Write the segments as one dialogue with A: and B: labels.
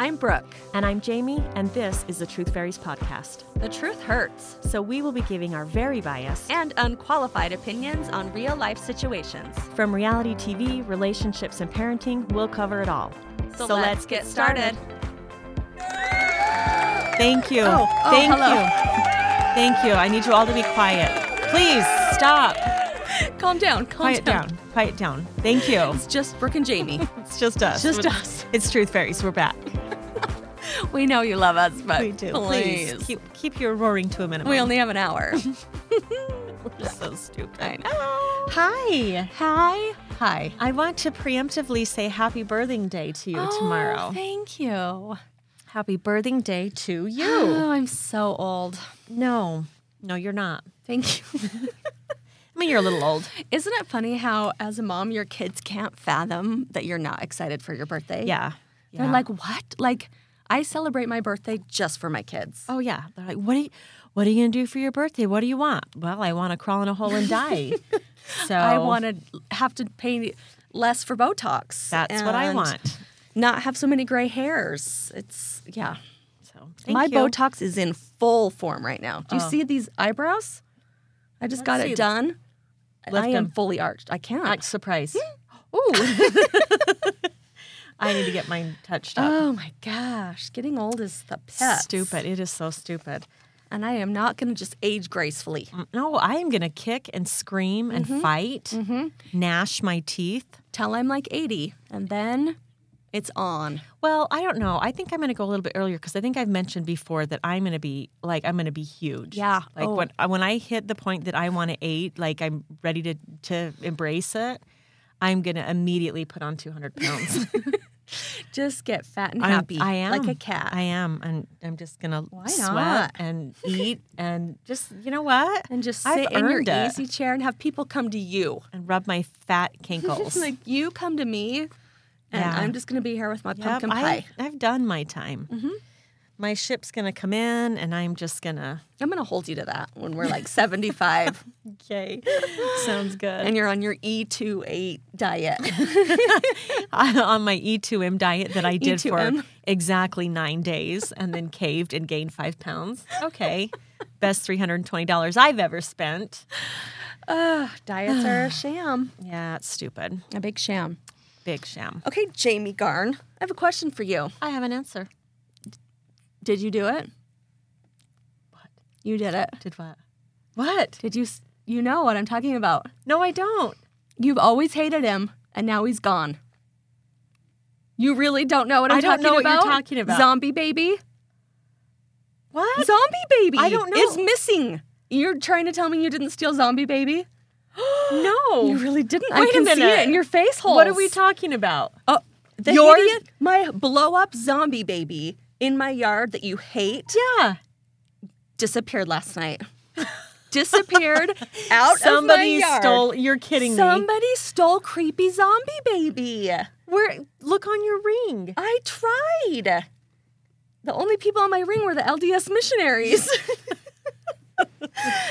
A: I'm Brooke.
B: And I'm Jamie, and this is the Truth Fairies podcast.
A: The truth hurts,
B: So we will be giving our very biased,
A: and unqualified opinions on real life situations.
B: from reality TV, relationships, and parenting, we'll cover it all.
A: So, let's, get started.
B: Thank you.
A: Oh, oh,
B: Thank
A: hello.
B: you. Thank you. I need you all to be quiet. Please stop.
A: Calm down, calm
B: Quiet down. Quiet down. Thank you.
A: It's just Brooke and Jamie.
B: It's just us.
A: Just us.
B: It's Truth Fairies. We're back.
A: we know you love us, but
B: We do.
A: please.
B: keep keep your roaring to a minimum.
A: We only have an hour.
B: We're so stupid.
A: I know.
B: Hi.
A: Hi. Hi.
B: I want to preemptively say happy birthing day to you tomorrow.
A: Oh, Thank you.
B: Happy birthing day to you.
A: Oh, I'm so old.
B: no, no, you're not.
A: Thank you.
B: I mean, you're a little old.
A: Isn't it funny how, as a mom, your kids can't fathom that you're not excited for your birthday?
B: Yeah.
A: They're
B: Yeah.
A: like, what? Like, I celebrate my birthday just for my kids.
B: oh yeah. They're like, what are you, what are you gonna do for your birthday? What do you want? Well, I want to crawl in a hole and die. so
A: I want to have to pay less for Botox.
B: That's what I
A: and
B: want.
A: Not have so many gray hairs. It's, yeah.
B: So thank
A: my
B: you. Oh.
A: Botox is in full form right now. Do you see these eyebrows? I just got
B: see
A: it
B: them.
A: done.
B: Lift
A: I am
B: them.
A: fully arched. I can't.
B: Act surprised.
A: Ooh.
B: I need to get mine touched up.
A: oh my gosh. Getting old is the
B: Oh,
A: pest.
B: Stupid. It is so stupid.
A: And I am not going to just age gracefully.
B: No, I am going to kick and scream and
A: Mm-hmm.
B: fight, gnash my teeth.
A: Till I'm like 80. And then it's on.
B: Well, I don't know. I think I'm going to go a little bit earlier because I think I've mentioned before that I'm going to be like I'm going to be huge.
A: Yeah.
B: Like
A: Oh.
B: when uh, when I hit the point that I want to eat, like I'm ready to to embrace it. I'm going to immediately put on 200 pounds.
A: Just get fat and
B: I'm-
A: happy.
B: I am
A: Like a cat.
B: I am, and I'm just gonna sweat
A: not?
B: and eat and just you know what?
A: and just
B: I've
A: sit in your
B: earned it.
A: easy chair and have people come to you.
B: and rub my fat kinkles.
A: like you come to me, and
B: Yeah.
A: I'm just gonna be here with my
B: Yep,
A: pumpkin
B: I,
A: pie. Mm-hmm.
B: I've done my time. My ship's gonna come in, and I'm just gonna.
A: I'm gonna hold you to that when we're like 75
B: Okay, sounds good.
A: and you're on your E28 diet.
B: I, on my E2M diet that I did
A: E2M.
B: for exactly nine days, and then caved and gained five pounds. Okay, best three hundred and twenty dollars I've ever spent.
A: Ugh, diets are a sham,
B: Yeah, it's stupid.
A: a big sham.
B: Big sham.
A: Okay, Jamie Garn, I have a question for you.
B: I have an answer.
A: Did you do it?
B: What?
A: You did it.
B: Did what? What?
A: Did you? s- You know what I'm talking about.
B: No, I don't.
A: You've always hated him, and now he's gone. You really don't know what I'm
B: I don't
A: talking
B: know what you're
A: about.
B: talking about.
A: Zombie baby.
B: What?
A: Zombie baby.
B: I don't know.
A: Is missing. You're trying to tell me you didn't steal zombie baby?
B: no.
A: You really didn't. I
B: Wait a
A: can see
B: minute.
A: it in your face holes.
B: What are we talking about?
A: Oh, the
B: Yours-
A: hideous- my blow up zombie baby in my yard that you hate
B: Yeah.
A: disappeared last night. disappeared out
B: Somebody
A: of my yard.
B: stole. You're kidding me.
A: Somebody stole creepy zombie baby.
B: Where? Look on your ring.
A: I tried. The only people on my ring were the LDS missionaries. and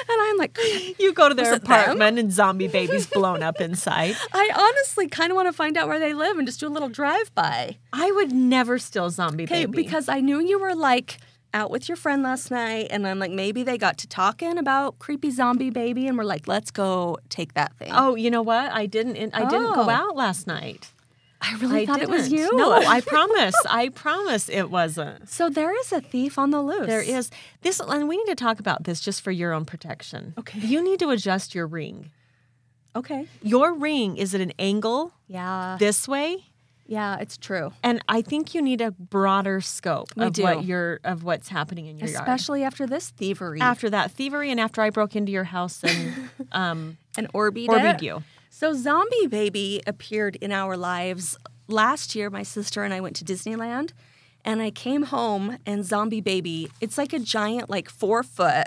A: I'm like,
B: You go to their
A: it them?
B: apartment and zombie baby's blown up inside.
A: I honestly kind of want to find out where they live and just do a little drive by.
B: I would never steal zombie
A: Okay,
B: baby.
A: because I knew you were like out with your friend last night, and I'm like, maybe they got to talking about creepy zombie baby, and we're like, let's go take that thing.
B: oh, you know what? I didn't. I didn't
A: Oh.
B: go out last night.
A: I really thought it was
B: didn't.
A: you.
B: No, I promise. I promise it wasn't.
A: so there is a thief on the loose.
B: There is this, and we need to talk about this just for your own protection.
A: Okay.
B: You need to adjust your ring.
A: Okay.
B: Your ring is at an angle
A: Yeah.
B: this way,
A: Yeah, it's true.
B: and I think you need a broader scope
A: We
B: of
A: do.
B: what you're of what's happening in your yard.
A: Especially after this thievery.
B: After that thievery, and after I broke into your house and um,
A: and Orbeed
B: orbied
A: it.
B: you.
A: So Zombie Baby appeared in our lives last year. My sister and I went to Disneyland, and I came home and Zombie Baby. It's like a giant, like four foot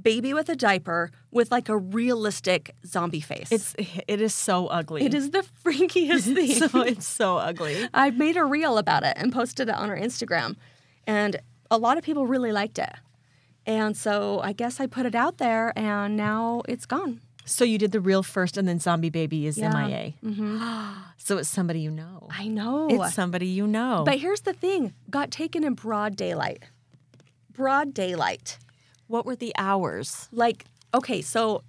A: baby with a diaper with like a realistic zombie face.
B: It's it is so ugly.
A: it is the freakiest thing.
B: so it's so ugly.
A: I made a reel about it and posted it on our Instagram, and a lot of people really liked it. And so I guess I put it out there, and now it's gone.
B: So you did the real first, and then Zombie Baby is
A: Yeah.
B: MIA. Mm-hmm. so it's somebody you know.
A: I know.
B: It's somebody you know.
A: but here's the thing got taken in broad daylight. Broad daylight.
B: what were the hours?
A: Like, okay, so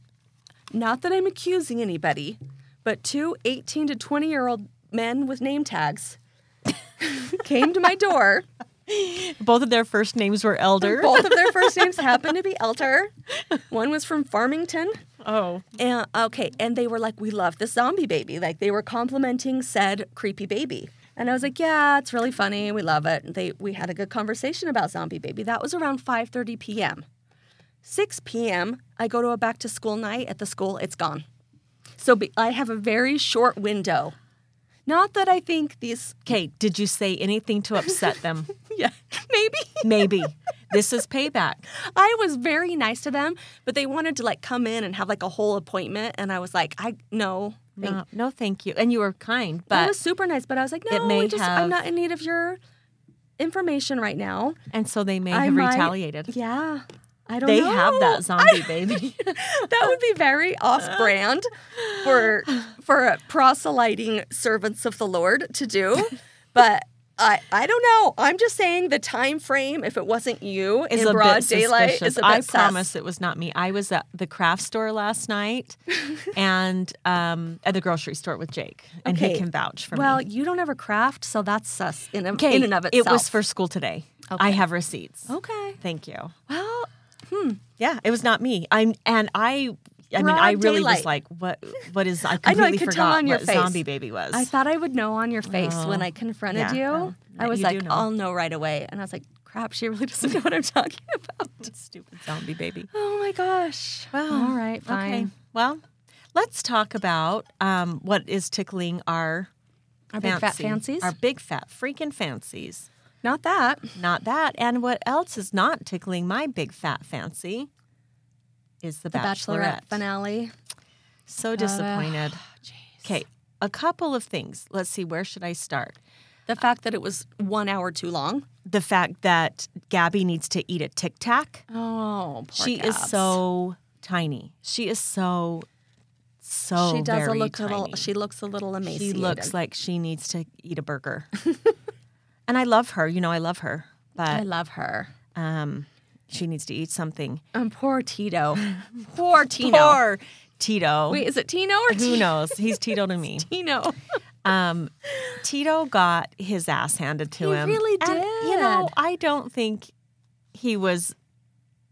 A: not that I'm accusing anybody, but two 18 to 20 year old men with name tags came to my door.
B: Both of their first names were Elder.
A: Both of their first names happened to be Elter. One was from Farmington.
B: Oh,
A: And okay, and they were like, "We love this zombie baby." Like they were complimenting said creepy baby, and I was like, "Yeah, it's really funny. We love it." And they we had a good conversation about zombie baby. That was around 5:30 p.m. 6 p.m. I go to a back to school night at the school. It's gone. So be, I have a very short window. Not that I think these.
B: okay. Did you say anything to upset them?
A: Yeah, maybe.
B: Maybe. This is payback.
A: I was very nice to them, but they wanted to like come in and have like a whole appointment, and I was like, "I no." thank
B: No, no, thank you. And you were kind,
A: That
B: but
A: was super nice, but I was like, no,
B: it may
A: I just,
B: have-
A: I'm not in need of your information right now.
B: and so they may
A: I
B: have
A: might-
B: retaliated.
A: Yeah, I don't.
B: They
A: know.
B: have that zombie baby.
A: that would be very off-brand for for proselyting servants of the Lord to do, but. I, I don't know. I'm just saying the time frame, if it wasn't you
B: is
A: in
B: a
A: broad
B: bit
A: daylight,
B: suspicious.
A: is a bit
B: I
A: sus.
B: promise it was not me. I was at the craft store last night, and um, at the grocery store with Jake, and he
A: Okay.
B: can vouch for
A: Well,
B: me.
A: you don't ever craft, so that's sus in,
B: Okay,
A: in and of
B: it
A: itself.
B: was for school today. I
A: Okay. Oh.
B: have receipts.
A: okay.
B: Thank you.
A: Well,
B: Yeah, it was not me. I'm and I. I mean,
A: Broad
B: I really was
A: daylight.
B: like, what? What is? I
A: I
B: completely
A: could tell
B: forgot
A: on your
B: what
A: face.
B: zombie baby was.
A: I thought I would know on your face when I confronted
B: yeah,
A: you.
B: well,
A: I was
B: you do
A: like,
B: know.
A: I'll know right away. And I was like, crap, she really doesn't know what I'm talking about.
B: Stupid zombie baby.
A: Oh my gosh. All right, fine.
B: Okay. Well, let's talk about um, what is tickling our
A: Our big fat
B: fancy.
A: fancies?
B: Our big fat freaking fancies.
A: Not that.
B: Not that. And what else is not tickling my big fat fancy is the,
A: The
B: Bachelorette.
A: Bachelorette uh, finale.
B: So disappointed. Okay, a couple of things. Let's see, where should I start?
A: The fact that it was one hour too long.
B: The fact that Gabby needs to eat a Tic Tac.
A: Oh, poor
B: She is
A: Gabs.
B: so tiny. She is so, so
A: She does
B: very
A: look a little.
B: tiny.
A: She looks a little
B: She
A: emaciated.
B: looks like she needs to eat a burger. and I love her. You know, I love her.
A: I
B: But
A: love her.
B: um, she needs to eat something.
A: And poor Tito. poor Tino.
B: Poor Tito.
A: Wait, is it Tino or
B: Who knows? He's Tito to me.
A: Tino?
B: Um, Tito got his ass handed to
A: He
B: him.
A: really
B: And, you know,
A: did.
B: I don't think he was.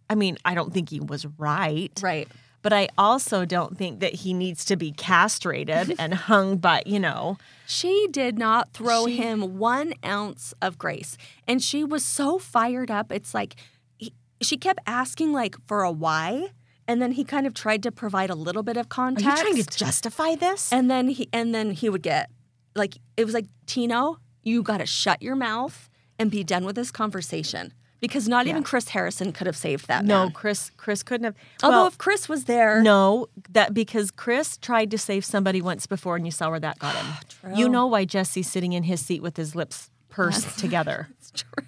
B: I mean, I don't think he was right,
A: Right.
B: but I also don't think that he needs to be castrated and hung by, you know.
A: She did not throw
B: She-
A: him one ounce of grace. And she was so fired up. It's like he, she kept asking like for a why, and then he kind of tried to provide a little bit of
B: Are
A: context.
B: you trying to justify this?
A: and then he and then he would get like it was like Tino, you got to shut your mouth and be done with this conversation because not even Chris Harrison could have saved that
B: No,
A: man.
B: Chris. Chris couldn't have.
A: Although
B: well,
A: if Chris was there,
B: no, that because Chris tried to save somebody once before, and you saw where that got him. You
A: True.
B: know why Jesse's sitting in his seat with his lips pursed together,
A: it's true.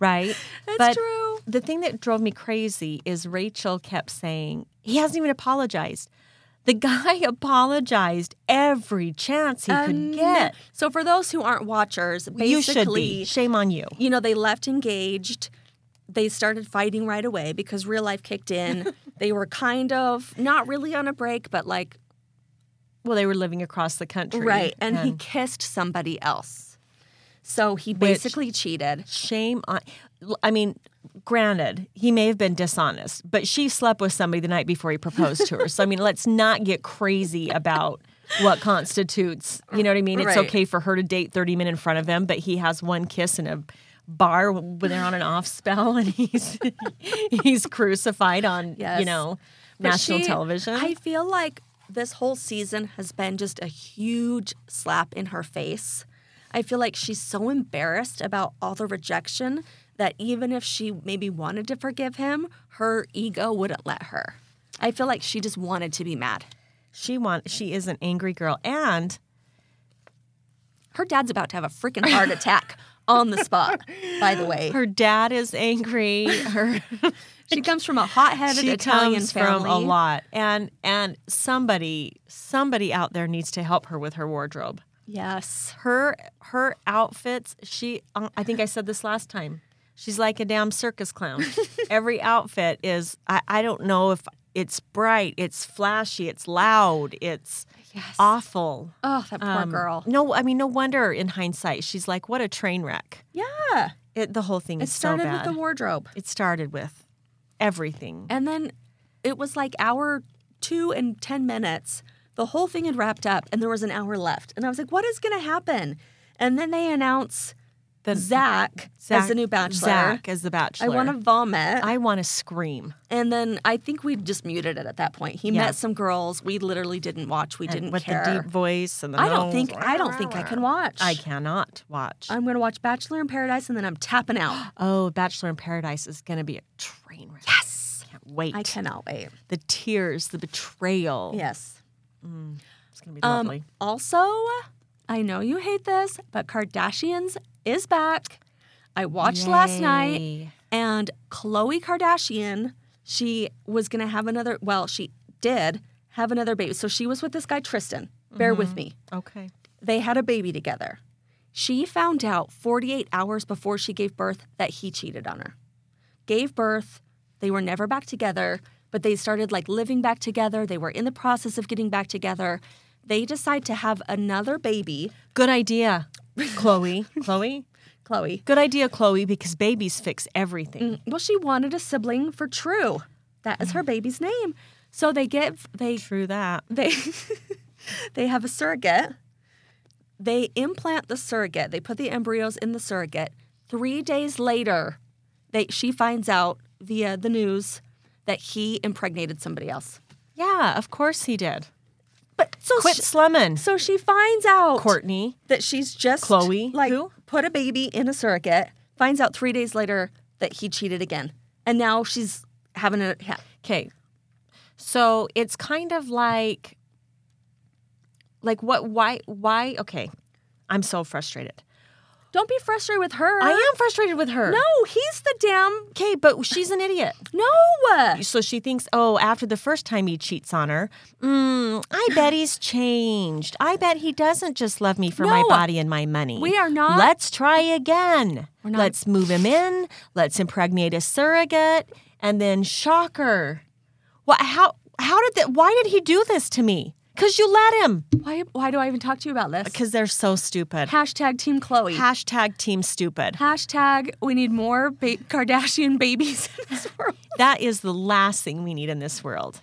B: right?
A: It's
B: but
A: true.
B: the thing that drove me crazy is Rachel kept saying he hasn't even apologized. The guy apologized every chance he could get.
A: So for those who aren't watchers, basically
B: You should be. Shame on you.
A: you know, they left engaged. They started fighting right away because real life kicked in. they were kind of not really on a break, but like,
B: Well, they were living across the country,
A: right. And he kissed somebody else. So he basically cheated.
B: shame on l- i mean granted he may have been dishonest but she slept with somebody the night before he proposed to her so i mean let's not get crazy about what constitutes you know what i mean it's
A: Right.
B: okay for her to date 30 men in front of him but he has one kiss in a bar when they're on an off spell and he's he's crucified on you
A: Yes.
B: know
A: But
B: national
A: she-
B: television
A: I feel like this whole season has been just a huge slap in her face. I feel like she's so embarrassed about all the rejection that even if she maybe wanted to forgive him, her ego wouldn't let her. I feel like she just wanted to be mad.
B: she want she is an angry girl and
A: Her dad's about to have a freaking heart attack on the spot, by the way.
B: her dad is angry her
A: She comes from a hot-headed
B: she
A: Italian
B: comes
A: family.
B: from a lot, and and somebody somebody out there needs to help her with her wardrobe.
A: Yes.
B: Her her outfits. She uh, I think I said this last time. She's like a damn circus clown. Every outfit is I, I don't know if it's bright, it's flashy, it's loud, it's
A: Yes.
B: awful.
A: Oh, that poor
B: Um,
A: girl.
B: No, I mean no wonder in hindsight she's like what a train wreck.
A: Yeah.
B: It, the whole thing
A: It
B: is so
A: started
B: bad.
A: with the wardrobe.
B: it started with everything.
A: And then it was like hour two and 10 minutes. The whole thing had wrapped up and there was an hour left. And I was like, what is going to happen? And then they announce
B: The-
A: Zach, as the new bachelor.
B: Zach as the
A: I
B: bachelor.
A: want to vomit.
B: I want to scream.
A: and then I think we just muted it at that point. He
B: Yeah.
A: met some girls. We literally didn't watch. We didn't
B: with
A: care.
B: the deep voice and the
A: I don't
B: nose.
A: think I don't think I can watch. Uh,
B: I cannot watch.
A: I'm going to watch Bachelor in Paradise and then I'm tapping out.
B: oh, Bachelor in Paradise is going to be a train wreck.
A: Yes.
B: Can't wait.
A: I cannot wait.
B: The tears, the betrayal.
A: Yes.
B: It's going to be lovely.
A: Um, Also, I know you hate this, but Kardashians is back. I watched last night
B: Yay.
A: and Khloe Kardashian, she was going to have another, well, she did have another baby. So she was with this guy, Tristan. Bear with me.
B: Okay.
A: They had a baby together. She found out 48 hours before she gave birth that he cheated on her. Gave birth, they were never back together, but they started like living back together. They were in the process of getting back together. They decide to have another baby,
B: Good idea, Chloe. Chloe.
A: Chloe.
B: Good idea, Chloe, because babies fix everything.
A: Well, she wanted a sibling for True. That is her baby's name. So they give they
B: True that.
A: they they have a surrogate. They implant the surrogate. They put the embryos in the surrogate. Three days later, they she finds out via the news that he impregnated somebody else.
B: Yeah, of course he did.
A: But so
B: Quit
A: she,
B: slumming,
A: so she finds out
B: Courtney.
A: that she's just
B: Chloe,
A: like
B: who?
A: put a baby in a surrogate. Finds out three days later that he cheated again, and now she's having a ha-
B: Okay. So it's kind of like like what why why okay. I'm so frustrated.
A: Don't be frustrated with her.
B: I am frustrated with her.
A: No, he's the damn
B: Okay, but she's an idiot.
A: no.
B: So she thinks, oh, after the first time he cheats on her, mm, I bet he's changed. I bet he doesn't just love me for my
A: No.
B: body and my money.
A: We are not-
B: Let's try again.
A: We're not-
B: Let's move him in. Let's impregnate a surrogate, and then shocker. What? How? How did that? Why did he do this to me? Because you let him.
A: Why, why do I even talk to you about this?
B: Because they're so stupid.
A: Hashtag Team Chloe.
B: Hashtag team stupid.
A: Hashtag we need more ba- Kardashian babies in this world.
B: That is the last thing we need in this world.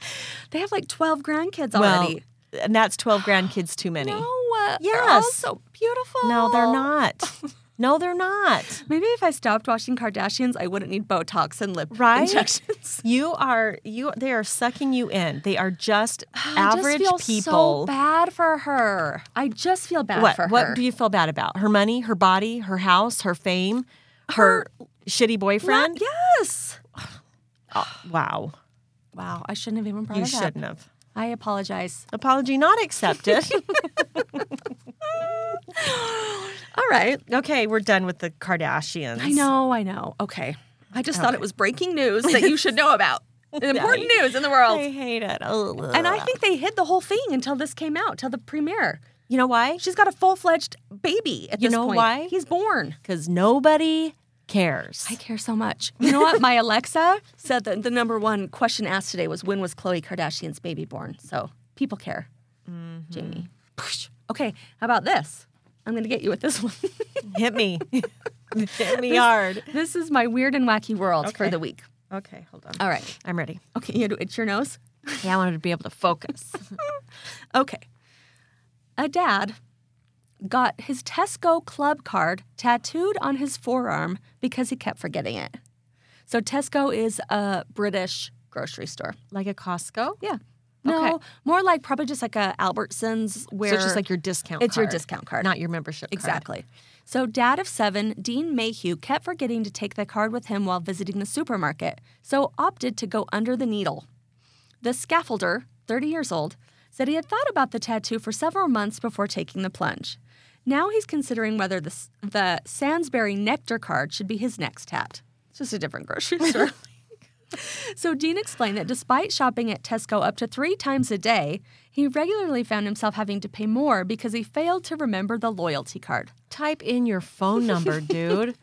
A: They have like 12 grandkids
B: Well,
A: already.
B: and that's twelve grandkids too many.
A: no, uh, they're all
B: Yes.
A: so beautiful.
B: No, they're not. No, they're not.
A: Maybe if I stopped watching Kardashians, I wouldn't need Botox and lip
B: Right?
A: injections.
B: You are you. They are sucking you in. They are just average
A: I just feel so
B: people.
A: bad for her. I just feel bad
B: what?
A: for
B: what
A: her.
B: do you feel bad about? Her money, her body, her house, her fame, her, shitty boyfriend.
A: yes.
B: Wow,
A: Wow, I shouldn't have even brought
B: you
A: it up.
B: shouldn't have.
A: I apologize.
B: Apology not accepted.
A: All right.
B: okay, we're done with the Kardashians.
A: I know, I know. Okay. I just thought it was breaking news that you should know about. Important news in the world.
B: I hate it. Ugh.
A: And I think they hid the whole thing until this came out, till the premiere.
B: you know why?
A: She's got a full fledged baby at
B: You
A: this
B: know
A: point.
B: why?
A: He's born.
B: Because nobody cares.
A: I care so much. You know what? My Alexa said that the number one question asked today was when was Khloe Kardashian's baby born? So people care. Jamie. Okay, how about this? I'm going to get you with this one.
B: Hit me. Hit me hard.
A: this is my weird and wacky world for
B: Okay.
A: the week.
B: Okay, hold on.
A: All right.
B: I'm ready.
A: Okay, you had to itch your nose?
B: Yeah, I wanted to be able to focus.
A: Okay. A dad got his Tesco club card tattooed on his forearm because he kept forgetting it. So Tesco is a British grocery store.
B: like a Costco?
A: Yeah. No,
B: Okay.
A: more like probably just like a Albertsons where
B: So it's just like your discount
A: it's your
B: card,
A: discount card.
B: Not your membership card.
A: Exactly. So, dad of seven, Dean Mayhew, kept forgetting to take the card with him while visiting the supermarket, so opted to go under the needle. The scaffolder, 30 years old, said he had thought about the tattoo for several months before taking the plunge. Now he's considering whether the, s- the Sansbury Nectar card should be his next tat. It's just a different grocery store. So Dean explained that despite shopping at Tesco up to three times a day, he regularly found himself having to pay more because he failed to remember the loyalty card.
B: Type in your phone number, dude.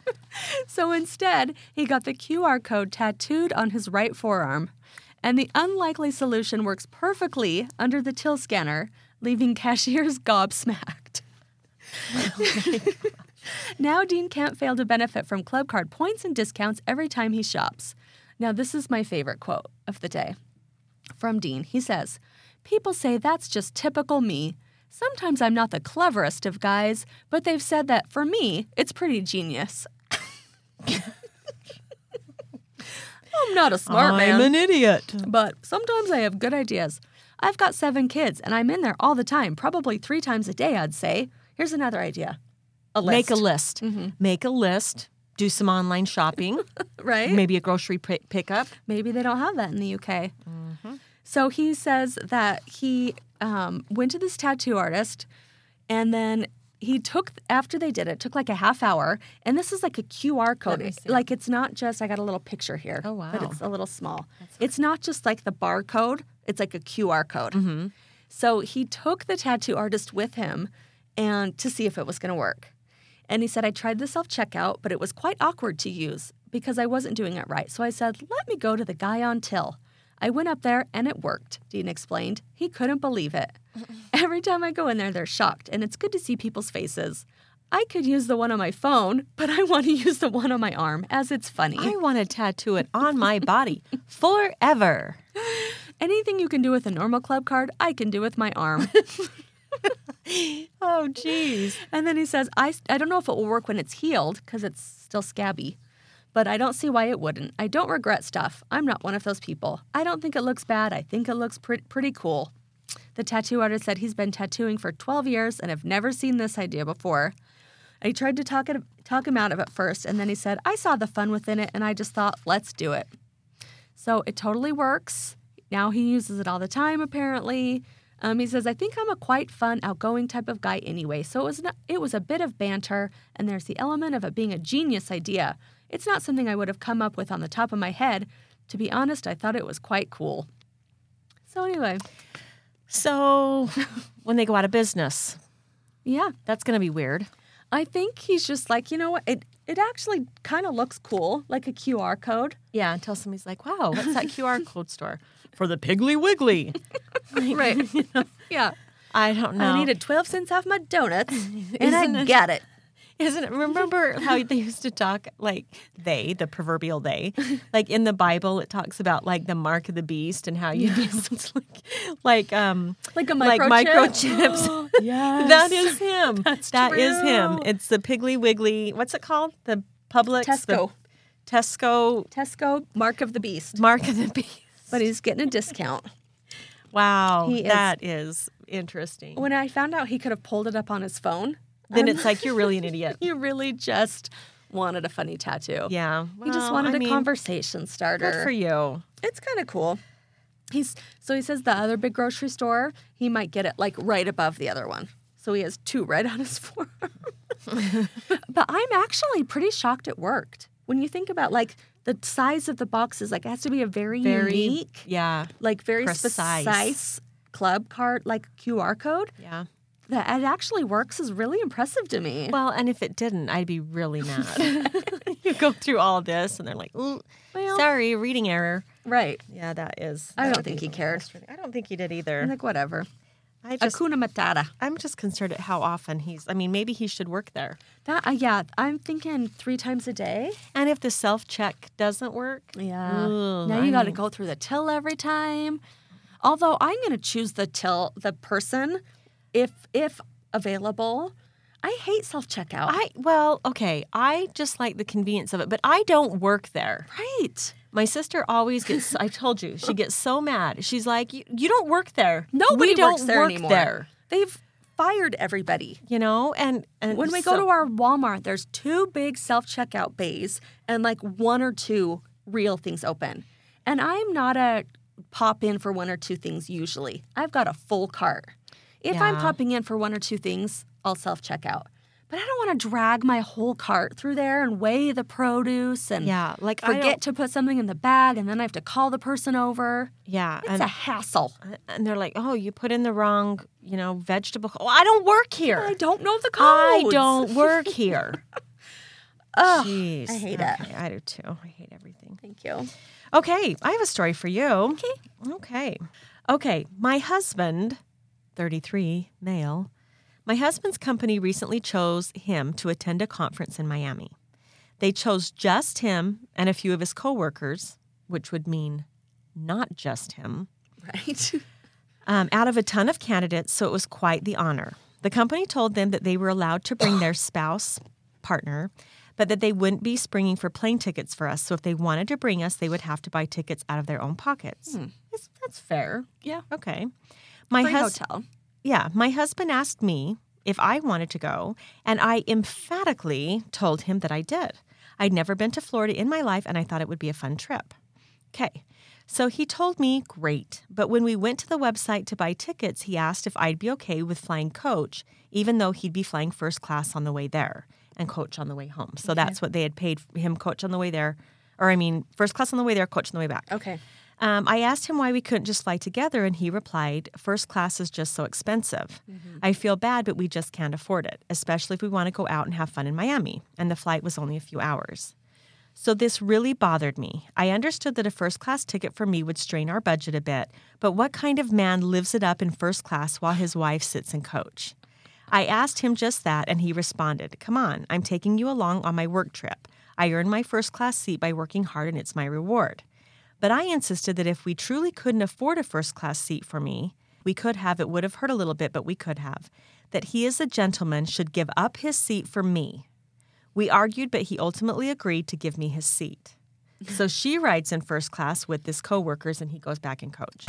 A: So instead, he got the QR code tattooed on his right forearm. And the unlikely solution works perfectly under the till scanner, leaving cashiers gobsmacked. now Dean can't fail to benefit from club card points and discounts every time he shops. Now, this is my favorite quote of the day from Dean. He says, People say that's just typical me. Sometimes I'm not the cleverest of guys, but they've said that for me, it's pretty genius. I'm not a smart man,
B: idiot.
A: but sometimes I have good ideas. I've got seven kids, and I'm in there all the time, probably three times a day, I'd say. Here's another idea a list.
B: Make a list. Mm-hmm. Make a list. Do some online shopping.
A: right?
B: maybe a grocery pi- pickup.
A: Maybe they don't have that in the UK.
B: Mm-hmm.
A: So he says that he um, went to this tattoo artist, and then he took after they did it took like a half hour, and this is like a QR code. Like it's not just I got a little picture here.
B: Oh,
A: But
B: wow.
A: it's a little small. It's not just like the barcode. It's like a QR code.
B: Mm-hmm.
A: So he took the tattoo artist with him, and to see if it was going to work. And he said, I tried the self checkout, but it was quite awkward to use because I wasn't doing it right. So I said, let me go to the guy on till. I went up there and it worked, Dean explained. He couldn't believe it. Every time I go in there, they're shocked, and it's good to see people's faces. I could use the one on my phone, but I want to use the one on my arm as it's funny.
B: I want to tattoo it on my body forever.
A: Anything you can do with a normal club card, I can do with my arm.
B: Oh, jeez.
A: And then he says, I, I don't know if it will work when it's healed because it's still scabby, but I don't see why it wouldn't. I don't regret stuff. I'm not one of those people. I don't think it looks bad. I think it looks pre- pretty cool. The tattoo artist said he's been tattooing for 12 years and have never seen this idea before. I tried to talk, it, talk him out of it first, and then he said, I saw the fun within it and I just thought, let's do it. So it totally works. Now he uses it all the time, apparently. Um, he says, I think I'm a quite fun, outgoing type of guy anyway. So it was, not, it was a bit of banter, and there's the element of it being a genius idea. It's not something I would have come up with on the top of my head. To be honest, I thought it was quite cool. So, anyway,
B: So, when they go out of business,
A: yeah,
B: that's going to be weird.
A: I think he's just like, you know what? It, it actually kind of looks cool, like a QR code.
B: Yeah, until somebody's like, wow, what's that QR code store? For the Piggly Wiggly.
A: Right. yeah.
B: I don't know.
A: I needed 12 cents off my donuts, and
B: Isn't
A: I
B: it-
A: got it.
B: Isn't it? Remember how they used to talk like they, the proverbial they, like in the Bible, it talks about like the mark of the beast and how you it's like, like um,
A: Like a
B: like
A: microchip.
B: microchips.
A: yes.
B: that is him. That's him.
A: true.
B: It's the Piggly Wiggly. What's it called? The Publix.
A: Tesco.
B: The Tesco
A: Tesco Mark of the Beast.
B: mark of the beast.
A: But he's getting a discount.
B: Wow,
A: He is-
B: that is interesting.
A: When I found out he could have pulled it up on his phone,
B: then it's like you're really an idiot.
A: he really just wanted a funny tattoo.
B: Yeah,
A: He just
B: well,
A: wanted
B: I
A: a
B: mean,
A: conversation starter.
B: Good for you.
A: It's kind of cool. He's so he says the other big grocery store, he might get it like right above the other one. So he has two right on his forearm. but I'm actually pretty shocked it worked. When you think about like the size of the boxes, like it has to be a very,
B: Very
A: unique,
B: Yeah,
A: like very
B: precise.
A: precise club card, like QR code.
B: yeah.
A: that it actually works is really impressive to me.
B: Well, and if it didn't, I'd be really mad. you go through all this, and they're like, Ooh,
A: Well-
B: "Sorry, reading error."
A: right.
B: Yeah, that is.
A: I
B: that
A: don't
B: would be
A: think he
B: really
A: cared.
B: frustrating. I don't think he did
A: I'm
B: either.
A: like, whatever.
B: I just,
A: Akuna Matata.
B: I'm just concerned at how often he's. I mean, maybe he should work there.
A: That, uh, yeah, I'm thinking three times a day.
B: And if the self check doesn't work,
A: Yeah.
B: Ooh,
A: now
B: I
A: you got to go through the till every time. Although I'm going to choose the till, the person, if if available. I hate self checkout.
B: I well, okay. I just like the convenience of it, but I don't work there.
A: right.
B: My sister always gets. I told you, she gets so mad. She's like, "You, you don't work there.
A: Nobody
B: we don't
A: works there
B: work
A: anymore.
B: there."
A: They've fired everybody.
B: You know, and and
A: When we
B: so-
A: go to our Walmart, there's two big self checkout bays and like one or two real things open. And I'm not a pop in for one or two things usually. I've got a full cart. If I'm
B: Yeah.
A: popping in for one or two things, I'll self checkout. but I don't want to drag my whole cart through there and weigh the produce and
B: Yeah, like I
A: forget to put something in the bag and then I have to call the person over.
B: Yeah,
A: It's
B: and,
A: a hassle.
B: and they're like, "Oh, you put in the wrong, you know, vegetable." co- Oh, I don't work here.
A: I don't know the
B: I
A: codes.
B: don't work here.
A: Ugh,
B: Jeez.
A: I hate it.
B: okay, I do too. I hate everything.
A: Thank you.
B: Okay, I have a story for you. Okay. Okay. Okay, my husband, 33, male. My husband's company recently chose him to attend a conference in Miami. They chose just him and a few of his coworkers, which would mean not just him
A: Right.
B: um, out of a ton of candidates, so it was quite the honor. The company told them that they were allowed to bring their spouse, partner, but that they wouldn't be springing for plane tickets for us. So if they wanted to bring us, they would have to buy tickets out of their own pockets. That's, that's fair.
A: Hmm. Yeah.
B: Okay. My
A: Free
B: husband.
A: hotel.
B: Yeah, my husband asked me if I wanted to go, and I emphatically told him that I did. I'd never been to Florida in my life, and I thought it would be a fun trip. Okay, so he told me, great. But when we went to the website to buy tickets, he asked if I'd be okay with flying coach, even though he'd be flying first class on the way there and coach on the way home. So that's what they had paid him coach on the way there, or I mean, first class on the way there, coach on the way back.
A: Okay.
B: Um, I asked him why we couldn't just fly together, and he replied, First class is just so expensive. I feel bad, but we just can't afford it, especially if we want to go out and have fun in Miami. And the flight was only a few hours. So this really bothered me. I understood that a first class ticket for me would strain our budget a bit, but what kind of man lives it up in first class while his wife sits in coach? I asked him just that, and he responded, Come on, I'm taking you along on my work trip. I earned my first class seat by working hard, and it's my reward. But I insisted that if we truly couldn't afford a first class seat for me, we could have, it would have hurt a little bit, but we could have, that he, as a gentleman, should give up his seat for me. We argued, but he ultimately agreed to give me his seat. So she rides in first class with his coworkers, and he goes back and coach.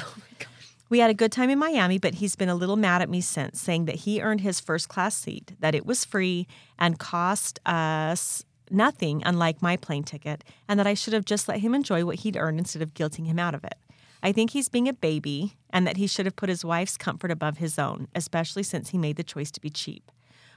B: We had a good time in Miami, but he's been a little mad at me since, saying that he earned his first class seat, that it was free and cost us nothing, unlike my plane ticket, and that I should have just let him enjoy what he'd earned instead of guilting him out of it. I think he's being a baby and that he should have put his wife's comfort above his own, especially since he made the choice to be cheap.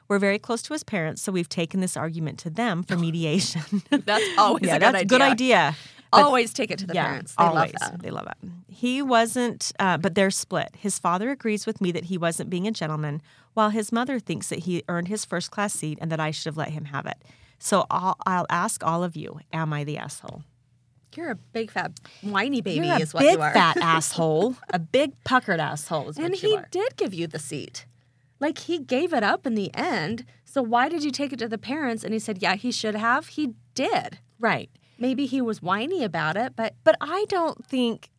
B: We're very close to his parents, so we've taken this argument to them for mediation.
A: That's always
B: yeah,
A: a good
B: that's
A: idea.
B: good idea. But
A: always take it to the parents. They
B: always.
A: love that.
B: They love it. He wasn't, uh, but they're split. His father agrees with me that he wasn't being a gentleman, while his mother thinks that he earned his first class seat and that I should have let him have it. So I'll, I'll ask all of you: Am I the asshole?
A: You're a big fat whiny baby
B: You're a
A: is what
B: big
A: you are.
B: fat asshole, a big puckered asshole is what
A: and
B: you
A: he
B: are.
A: did give you the seat. Like he gave it up in the end. So why did you take it to the parents? And he said, Yeah, he should have. He did.
B: Right,
A: Maybe he was whiny about it, but
B: but I don't think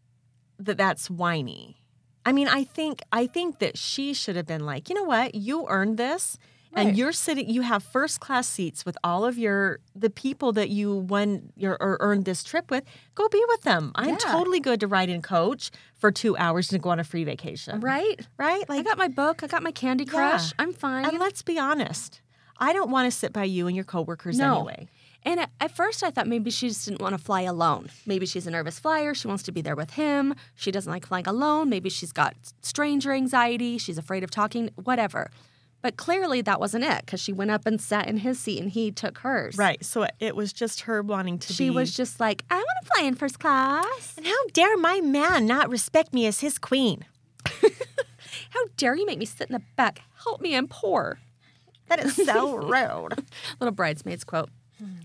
B: that that's whiny. I mean, I think I think that she should have been like, you know what, you earned this,
A: Right.
B: and you're sitting, you have first class seats with all of your the people that you won your or earned this trip with. Go be with them. I'm
A: Yeah.
B: totally good to ride in coach for two hours and go on a free vacation.
A: right?
B: right?
A: I
B: Like,
A: got my book. I got my Candy Crush. I'm fine.
B: and let's be honest, I don't want to sit by you and your coworkers
A: No.
B: anyway.
A: And at, at first, I thought maybe she just didn't want to fly alone. Maybe she's a nervous flyer. She wants to be there with him. She doesn't like flying alone. Maybe she's got stranger anxiety. She's afraid of talking, whatever. But clearly, that wasn't it because she went up and sat in his seat and he took hers.
B: Right. So it was just her wanting to
A: She
B: be.
A: was just like, I want to fly in first class.
B: And how dare my man not respect me as his queen?
A: How dare you make me sit in the back? Help me, I'm poor.
B: That is so rude.
A: Little bridesmaid's quote.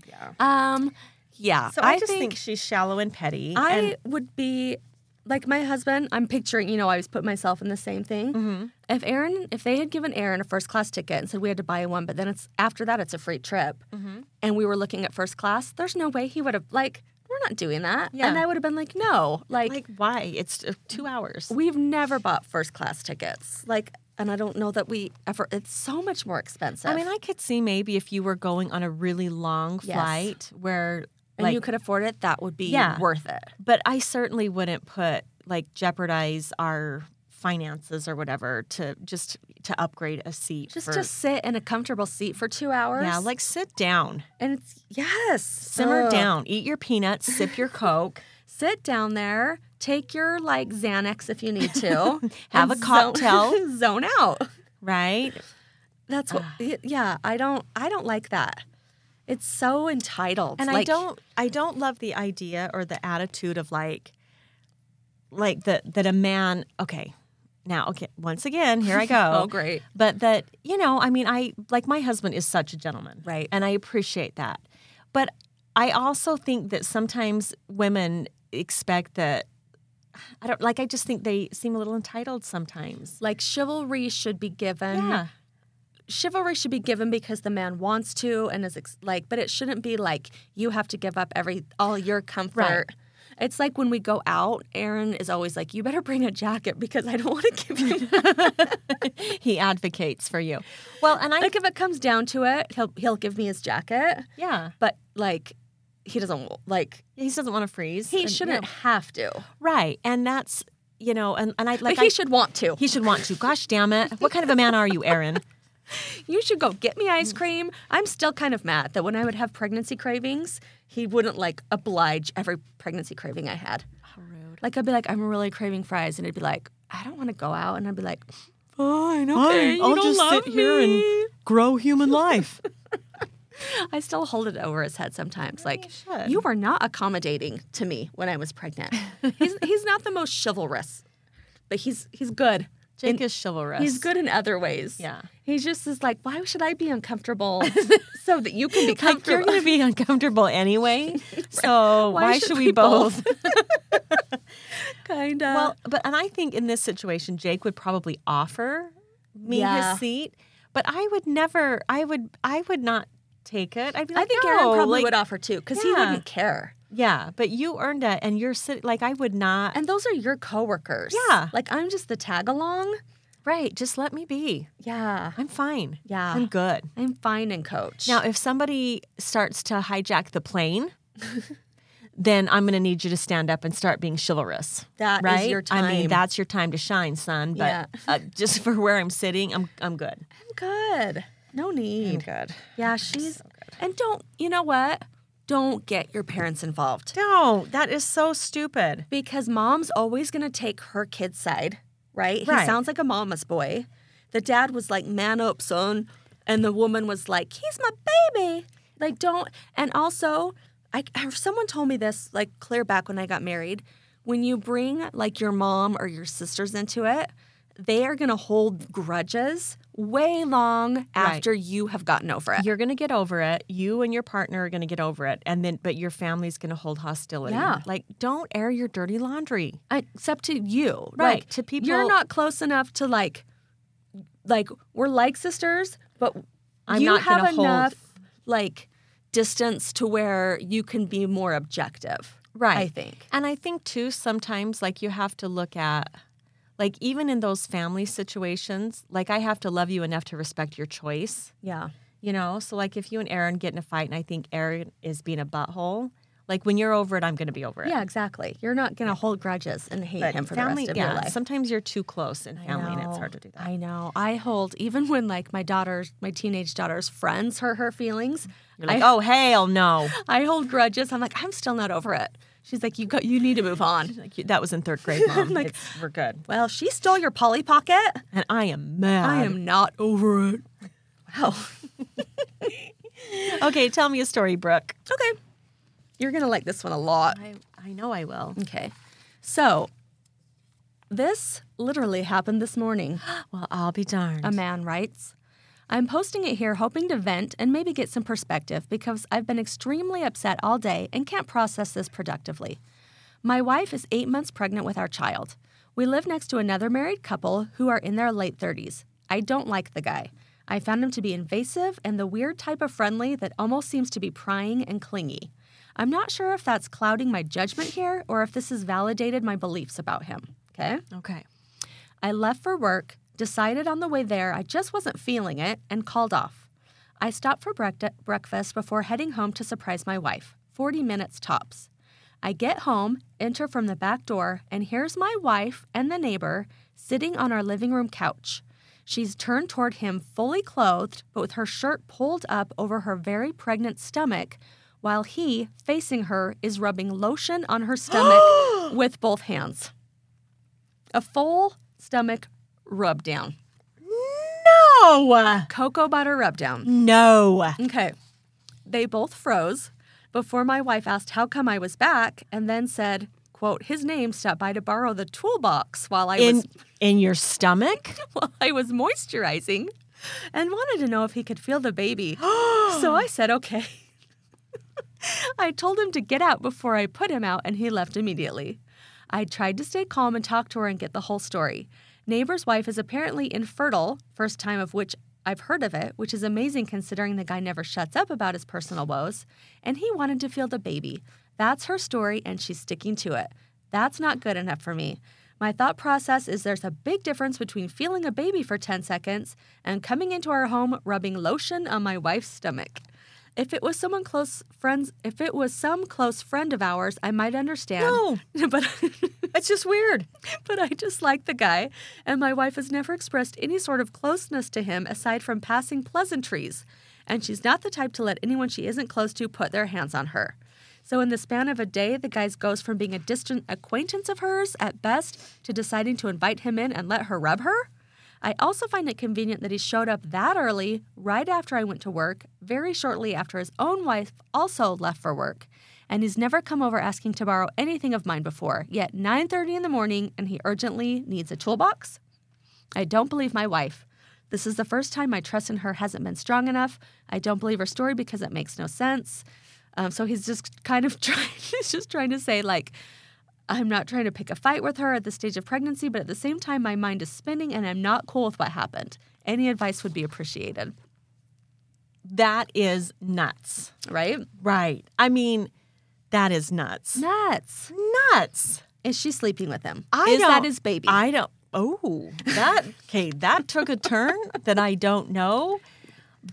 A: Yeah. Um, yeah.
B: So I, just think, she's shallow and petty.
A: I
B: and
A: would be like my husband. I'm picturing, you know, I always put myself in the same thing. If Aaron, if they had given Aaron a first class ticket and said we had to buy one, but then it's after that it's a free trip, and we were looking at first class, there's no way he would have like we're not doing that.
B: Yeah.
A: And I would have been like, no, like,
B: like why? It's uh, two hours.
A: we've never bought first class tickets, like, and I don't know that we ever. It's so much more expensive.
B: I mean, I could see maybe if you were going on a really long
A: Yes.
B: flight where,
A: and
B: like,
A: you could afford it, that would be
B: Yeah.
A: worth it.
B: but I certainly wouldn't put like jeopardize our finances or whatever to just to upgrade a seat.
A: Just
B: for-
A: to sit in a comfortable seat for two hours.
B: yeah, like sit down,
A: and it's yes,
B: simmer
A: Ugh.
B: down, eat your peanuts, sip your coke,
A: sit down there, take your like Xanax if you need to,
B: Have
A: and
B: a cocktail.
A: zone, zone out.
B: right?
A: That's what.
B: Ah.
A: y- yeah, I don't. I don't like that. It's so entitled.
B: and I
A: Like,
B: don't I don't love the idea or the attitude of like like that that a man okay now okay once again here I go
A: Oh, great.
B: but that you know I mean I like my husband is such a gentleman
A: Right.
B: and I appreciate that but I also think that sometimes women expect that I don't like I just think they seem a little entitled sometimes
A: Like chivalry should be given.
B: yeah
A: Chivalry should be given because the man wants to and is ex- like, but it shouldn't be like you have to give up every all your comfort. It's like when we go out, Aaron is always like, "You better bring a jacket because I don't want to give you."
B: he advocates for you well and I
A: like if it comes down to it, he'll he'll give me his jacket,
B: yeah
A: but like he doesn't like
B: he doesn't want to freeze
A: he
B: and, you
A: shouldn't
B: know.
A: have to,
B: Right. And that's, you know, and, and I like
A: but he
B: I-
A: should want to.
B: he should want to. Gosh damn it. What kind of a man are you, Aaron?
A: you should go get me ice cream. I'm still kind of mad that when I would have pregnancy cravings, he wouldn't like oblige every pregnancy craving I had.
B: rude.
A: Like I'd be like, I'm really craving fries, and he'd be like, I don't want to go out, and I'd be like,
B: Fine,
A: okay, you
B: I'll
A: don't
B: just
A: love
B: sit here and
A: me.
B: grow human life.
A: I still hold it over his head sometimes. Like
B: you should.
A: you were not accommodating to me when I was pregnant. he's he's not the most chivalrous, but he's he's good.
B: Jake is chivalrous.
A: He's good in other ways.
B: Yeah.
A: He's just is like, why should I be uncomfortable so that you can be
B: Like you're
A: comfortable?
B: going to be uncomfortable anyway, so why, should, we both?
A: kind of.
B: well, but and I think in this situation, Jake would probably offer me
A: Yeah.
B: his seat, but I would never. I would. I would not take it. I'd be like,
A: I think
B: no,
A: Aaron probably
B: like,
A: would offer too because he
B: Yeah.
A: wouldn't care.
B: Yeah, but you earned it, and you're sitting. Like I would not.
A: And those are your coworkers.
B: Yeah.
A: Like I'm just the tag along.
B: Right. Just let me be.
A: Yeah.
B: I'm fine.
A: Yeah.
B: I'm good.
A: I'm fine and coach.
B: Now, if somebody starts to hijack the plane, then I'm going to need you to stand up and start being chivalrous.
A: That is
B: right?
A: your
B: I
A: time.
B: mean, that's your time to shine, son. But
A: Yeah.
B: uh, just for where I'm sitting, I'm I'm good.
A: I'm good. No need.
B: good.
A: Yeah, she's and don't you know what? Don't get your parents involved
B: No, that is so stupid.
A: because mom's always gonna take her kid's side, right? He
B: Right.
A: sounds like a mama's boy. The dad was like, "Man up, son," and the woman was like, "He's my baby." Like, don't. And also, I someone told me this like clear back when I got married. When you bring like your mom or your sisters into it, they are gonna hold grudges way long after you have gotten over it.
B: You're going to get over it. You and your partner are going to get over it, and then but your family's going to hold hostility.
A: Yeah.
B: Like, don't air your dirty laundry.
A: except to you
B: Right,
A: Like,
B: to people-
A: you're not close enough to like like we're like sisters but
B: I'm
A: you
B: not gonna
A: have
B: hold-
A: enough like distance to where you can be more objective
B: Right.
A: i think
B: And I think too sometimes like you have to look at like even in those family situations, like I have to love you enough to respect your choice,
A: yeah
B: you know? So like if you and Aaron get in a fight and I think Aaron is being a butthole, like when you're over it, I'm going to be over it.
A: yeah exactly you're not gonna hold grudges and hate him for
B: family,
A: the rest of
B: yeah,
A: your life
B: sometimes you're too close in family and it's
A: know.
B: hard to do that.
A: I know. I hold even when like my daughter's my teenage daughter's friends hurt her feelings.
B: You're like,
A: I,
B: oh, hell no.
A: I hold grudges. I'm like, I'm still not over it. She's like, you go you need to move on.
B: Like, you- that was in third grade, mom. It's- we're good.
A: Well, she stole your Polly Pocket.
B: And I am mad.
A: I am not over it. Wow.
B: Okay, tell me a story, Brooke.
A: okay. You're going to like this one a lot.
B: I, I know I will.
A: Okay. So, this literally happened this morning.
B: Well, I'll be darned.
A: A man writes I'm posting it here hoping to vent and maybe get some perspective because I've been extremely upset all day and can't process this productively. My wife is eight months pregnant with our child. We live next to another married couple who are in their late 30s. I don't like the guy. I found him to be invasive and the weird type of friendly that almost seems to be prying and clingy. I'm not sure if that's clouding my judgment here or if this has validated my beliefs about him. Okay?
B: okay.
A: I left for work, decided on the way there I just wasn't feeling it, and called off. I stopped for brec- breakfast before heading home to surprise my wife. 40 minutes tops. I get home, enter from the back door, and here's my wife and the neighbor sitting on our living room couch. She's turned toward him fully clothed, but with her shirt pulled up over her very pregnant stomach, while he, facing her, is rubbing lotion on her stomach with both hands a full stomach rub down.
B: No.
A: Cocoa butter rub down.
B: No.
A: Okay. They both froze before my wife asked how come I was back and then said, quote, his name stopped by to borrow the toolbox while I
B: In
A: was
B: in your stomach?
A: while I was moisturizing and wanted to know if he could feel the baby. so I said, okay. I told him to get out before I put him out, and he left immediately. I tried to stay calm and talk to her and get the whole story. Neighbor's wife is apparently infertile, first time of which I've heard of it, which is amazing considering the guy never shuts up about his personal woes, and he wanted to feel the baby. That's her story, and she's sticking to it. That's not good enough for me. My thought process is there's a big difference between feeling a baby for 10 seconds and coming into our home rubbing lotion on my wife's stomach. If it was someone close friends, if it was some close friend of ours, I might understand.
B: No.
A: but
B: That's just weird.
A: but I just like the guy, and my wife has never expressed any sort of closeness to him aside from passing pleasantries. And she's not the type to let anyone she isn't close to put their hands on her. So, in the span of a day, the guy goes from being a distant acquaintance of hers at best to deciding to invite him in and let her rub her. I also find it convenient that he showed up that early, right after I went to work, very shortly after his own wife also left for work. And he's never come over asking to borrow anything of mine before, yet 9:30 in the morning and he urgently needs a toolbox. I don't believe my wife. This is the first time my trust in her hasn't been strong enough. I don't believe her story because it makes no sense. Um, so he's just kind of trying. He's just trying to say like, I'm not trying to pick a fight with her at this stage of pregnancy, but at the same time, my mind is spinning and I'm not cool with what happened. Any advice would be appreciated,
B: That is nuts.
A: right?
B: Right. I mean, that is nuts.
A: Nuts.
B: Nuts.
A: Is she sleeping with him?
B: I
A: is that
B: don't-
A: his baby?
B: I don't. Oh, that okay. That took a turn that I don't know,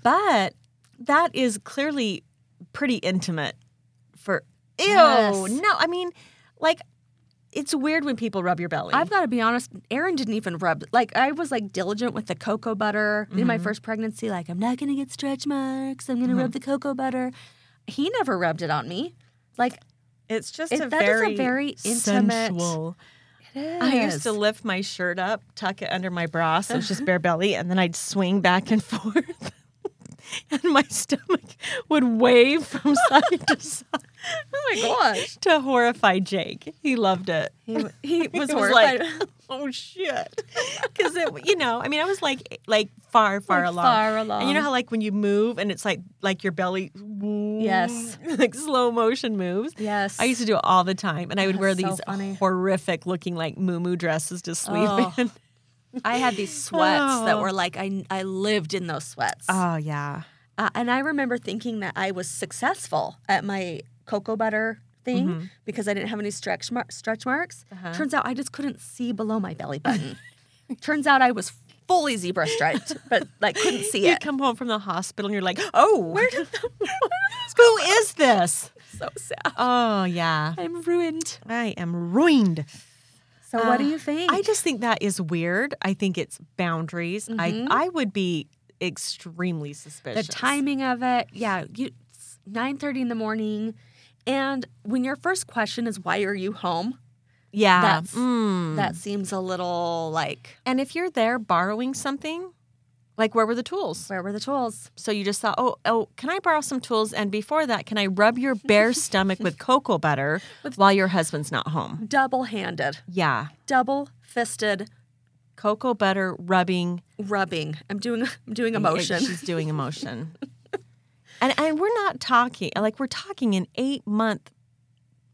B: but that is clearly pretty intimate. For ew,
A: Yes.
B: no. I mean, like, it's weird when people rub your belly.
A: I've got to be honest, Aaron didn't even rub. Like, I was like diligent with the cocoa butter in my first pregnancy. Like, I'm not going to get stretch marks. I'm going to rub the cocoa butter. He never rubbed it on me. Like,
B: it's just
A: it-
B: a
A: that is a
B: very
A: very intimate-
B: sensual.
A: it
B: I used to
A: is.
B: lift my shirt up, tuck it under my bra, so it's just bare belly, and then I'd swing back and forth, and my stomach would wave from side to side.
A: Oh my gosh.
B: to horrify Jake. He loved it.
A: He, he was
B: He
A: horrified.
B: like, oh shit, because it, you know, I mean, I was like, like far, far
A: Like,
B: along,
A: far
B: And you
A: along.
B: know how like when you move and it's like, like your belly,
A: Yes.
B: like slow motion moves.
A: Yes.
B: I used to do it all the time, and I would wear
A: That's so
B: these
A: funny.
B: horrific looking like moo dresses to sleep
A: Oh.
B: in.
A: I had these sweats that
B: Oh.
A: were like I I lived in those sweats,
B: Oh yeah,
A: uh, and I remember thinking that I was successful at my cocoa butter thing
B: Mm-hmm.
A: because I didn't have any stretch mar- stretch marks.
B: Uh-huh.
A: Turns out I just couldn't see below my belly button. Turns out I was fully zebra striped, but like couldn't see
B: you
A: it.
B: come home from the hospital and you're like, oh, where did who is this?
A: So sad.
B: Oh yeah,
A: I'm ruined.
B: I am ruined.
A: So what do you think?
B: Ah. I just think that is weird. I think it's boundaries. I I would be extremely
A: the
B: suspicious.
A: timing of it. Yeah, you nine thirty in the morning, and when your first question is why are you home,
B: yeah.
A: that's
B: Mm.
A: that seems a little like
B: And if you're there borrowing something, like where were the tools?
A: where were the tools?
B: So you just thought, oh, oh, can I borrow some tools? And before that, can I rub your bare stomach with cocoa butter while your husband's not home?
A: double handed,
B: Yeah,
A: double fisted
B: cocoa butter rubbing.
A: rubbing. I'm doing I'm doing a
B: and
A: motion.
B: She's doing emotion. and and we're not talking like we're talking an eight month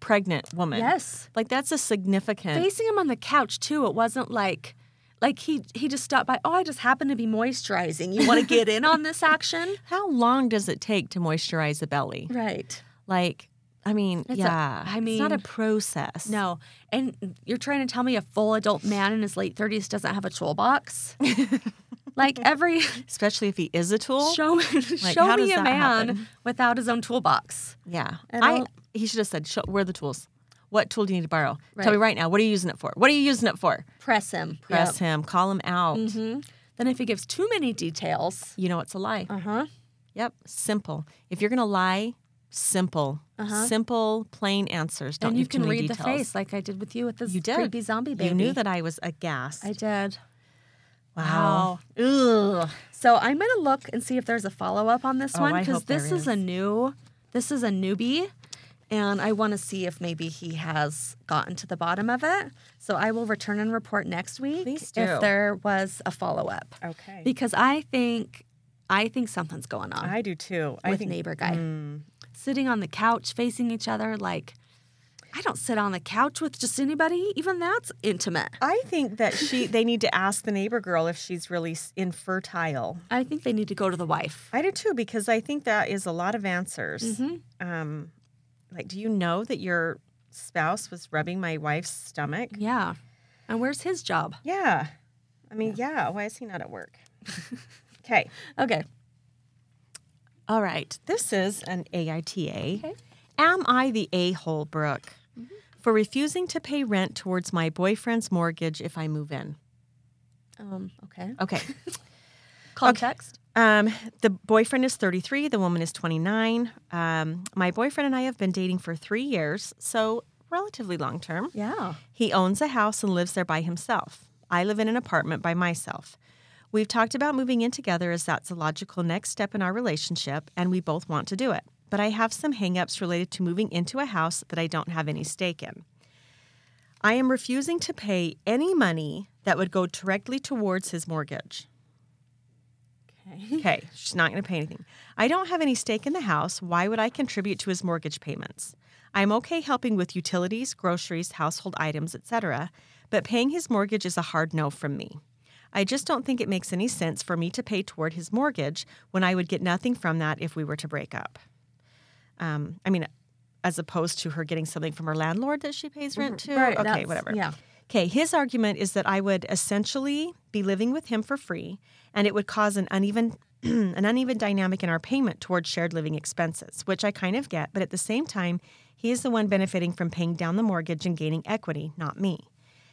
B: pregnant woman.
A: Yes.
B: Like that's a significant.
A: Facing him on the couch too. It wasn't like like he he just stopped by. Oh, I just happened to be moisturizing. You want to get in on this action?
B: How long does it take to moisturize the belly?
A: Right.
B: Like, I mean,
A: It's a-
B: yeah,
A: I
B: it's not a
A: mean-
B: process.
A: No. And you're trying to tell me a full adult man in his late 30s doesn't have a toolbox? like every
B: especially if he is a tool.
A: show
B: how
A: show
B: does
A: me a
B: that
A: man
B: happen?
A: without his own toolbox.
B: Yeah,
A: And
B: I.
A: I'll-
B: He should have said, Show, "Where are the tools? What tool do you need to borrow? Tell
A: Right.
B: me right now. What are you using it for? What are you using it for?
A: Press him.
B: Press him. Call him out.
C: Mm-hmm.
A: hmm Then if he gives too many details,
B: You know it's a lie.
A: uh-huh.
B: Yep, simple. If you're gonna lie, simple,
C: Uh-huh.
B: simple, plain answers. Don't
A: and
B: give
A: you can
B: too many
A: read
B: details.
A: the face like I did with you with this
B: You did.
A: creepy zombie baby.
B: You knew that I was aghast.
A: I did.
B: Wow. Ugh.
A: So I'm gonna look and see if there's a follow up on this
B: Oh,
A: one
B: I
A: because
B: hope there
A: this is. a new, this is a newbie, and I want to see if maybe he has gotten to the bottom of it. So I will return and report next week
B: Please do.
A: if there was a follow up
C: Okay.
A: because I think I think something's going on
C: I do too. I
A: with
C: think
A: neighbor guy sitting on the couch facing each other like. I don't sit on the couch with just anybody. Even that's intimate.
C: I think that she they need to ask the neighbor girl if she's really s- infertile.
A: I think they need to go to the wife.
C: I do too because I think that is a lot of answers.
B: Mm-hmm.
C: Um, like, do you know that your spouse was rubbing my wife's stomach?
A: Yeah. And where's his job?
C: Yeah. I mean, yeah. Why is he not at work? Okay.
A: Okay.
B: All right. This is an AITA. Am I the a hole, Brooke,
C: Mm-hmm.
B: for refusing to pay rent towards my boyfriend's mortgage if I move in?
A: Um, okay.
B: Okay.
A: Context.
B: Um, the boyfriend is 33, the woman is 29. Um, my boyfriend and I have been dating for three years, so relatively long term.
A: Yeah.
B: He owns a house and lives there by himself. I live in an apartment by myself. We've talked about moving in together as that's a logical next step in our relationship, and we both want to do it. But I have some hangups related to moving into a house that I don't have any stake in. I am refusing to pay any money that would go directly towards his mortgage. Okay, she's not going to pay anything. I don't have any stake in the house. Why would I contribute to his mortgage payments? I'm okay helping with utilities, groceries, household items, etc., but paying his mortgage is a hard no from me. I just don't think it makes any sense for me to pay toward his mortgage when I would get nothing from that if we were to break up. Um, I mean, as opposed to her getting something from her landlord that she pays rent to.
A: Mm-hmm. Right,
B: okay,
A: that's-
B: whatever.
A: yeah.
B: Okay, his argument is that I would essentially be living with him for free, and it would cause an uneven an uneven dynamic in our payment towards shared living expenses, which I kind of get, but at the same time, he is the one benefiting from paying down the mortgage and gaining equity, not me.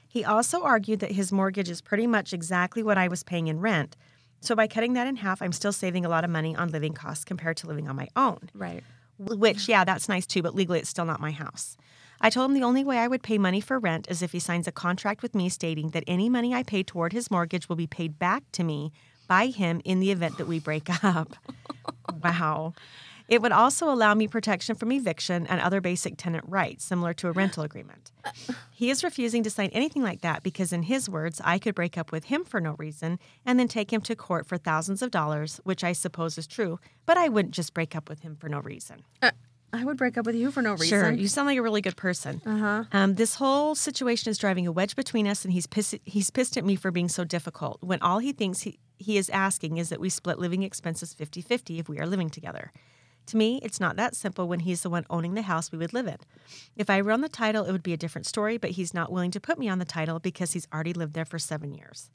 B: He also argued that his mortgage is pretty much exactly what I was paying in rent. So by cutting that in half, I'm still saving a lot of money on living costs compared to living on my own
A: Right.
B: which yeah that's nice too but legally it's still not my house i told him the only way i would pay money for rent is if he signs a contract with me stating that any money i pay toward his mortgage will be paid back to me by him in the event that we break up wow it would also allow me protection from eviction and other basic tenant rights similar to a rental agreement he is refusing to sign anything like that because in his words i could break up with him for no reason and then take him to court for thousands of dollars which i suppose is true but i wouldn't just break up with him for no reason
A: I would break up with you for no reason.
B: Sure, you sound like a really good person. Uh-huh. Um, this whole situation is driving a wedge between us, and he's pissed. He's pissed at me for being so difficult. When all he thinks he, he is asking is that we split living expenses 50-50 if we are living together. To me, it's not that simple. When he's the one owning the house we would live in, if I were on the title, it would be a different story. But he's not willing to put me on the title because he's already lived there for seven years.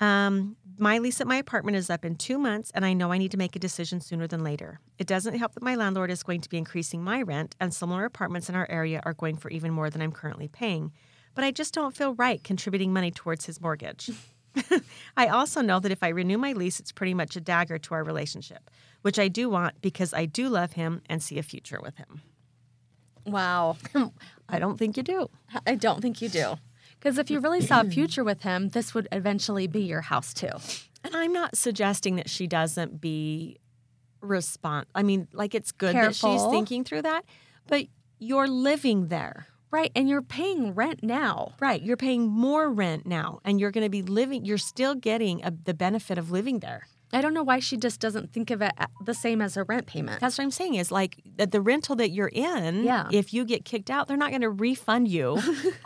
B: Um, my lease at my apartment is up in two months, and I know I need to make a decision sooner than later. It doesn't help that my landlord is going to be increasing my rent, and similar apartments in our area are going for even more than I'm currently paying. But I just don't feel right contributing money towards his mortgage. I also know that if I renew my lease, it's pretty much a dagger to our relationship, which I do want because I do love him and see a future with him.
A: Wow.
B: Hmm. I don't think you do.
A: I don't think you do. Because if you really saw a future with him, this would eventually be your house too.
B: And I'm not suggesting that she doesn't be respond. I mean, like it's good that she's
A: Careful.
B: thinking through that, but you're living there.
A: Right. And you're paying rent now.
B: Right, you're paying more rent now and you're going to be living you're still getting a, the benefit of living there.
A: I don't know why she just doesn't think of it a- the same as a rent payment.
B: That's what I'm saying is like that the rental that you're in,
A: Yeah.
B: if you get kicked out, they're not going to refund you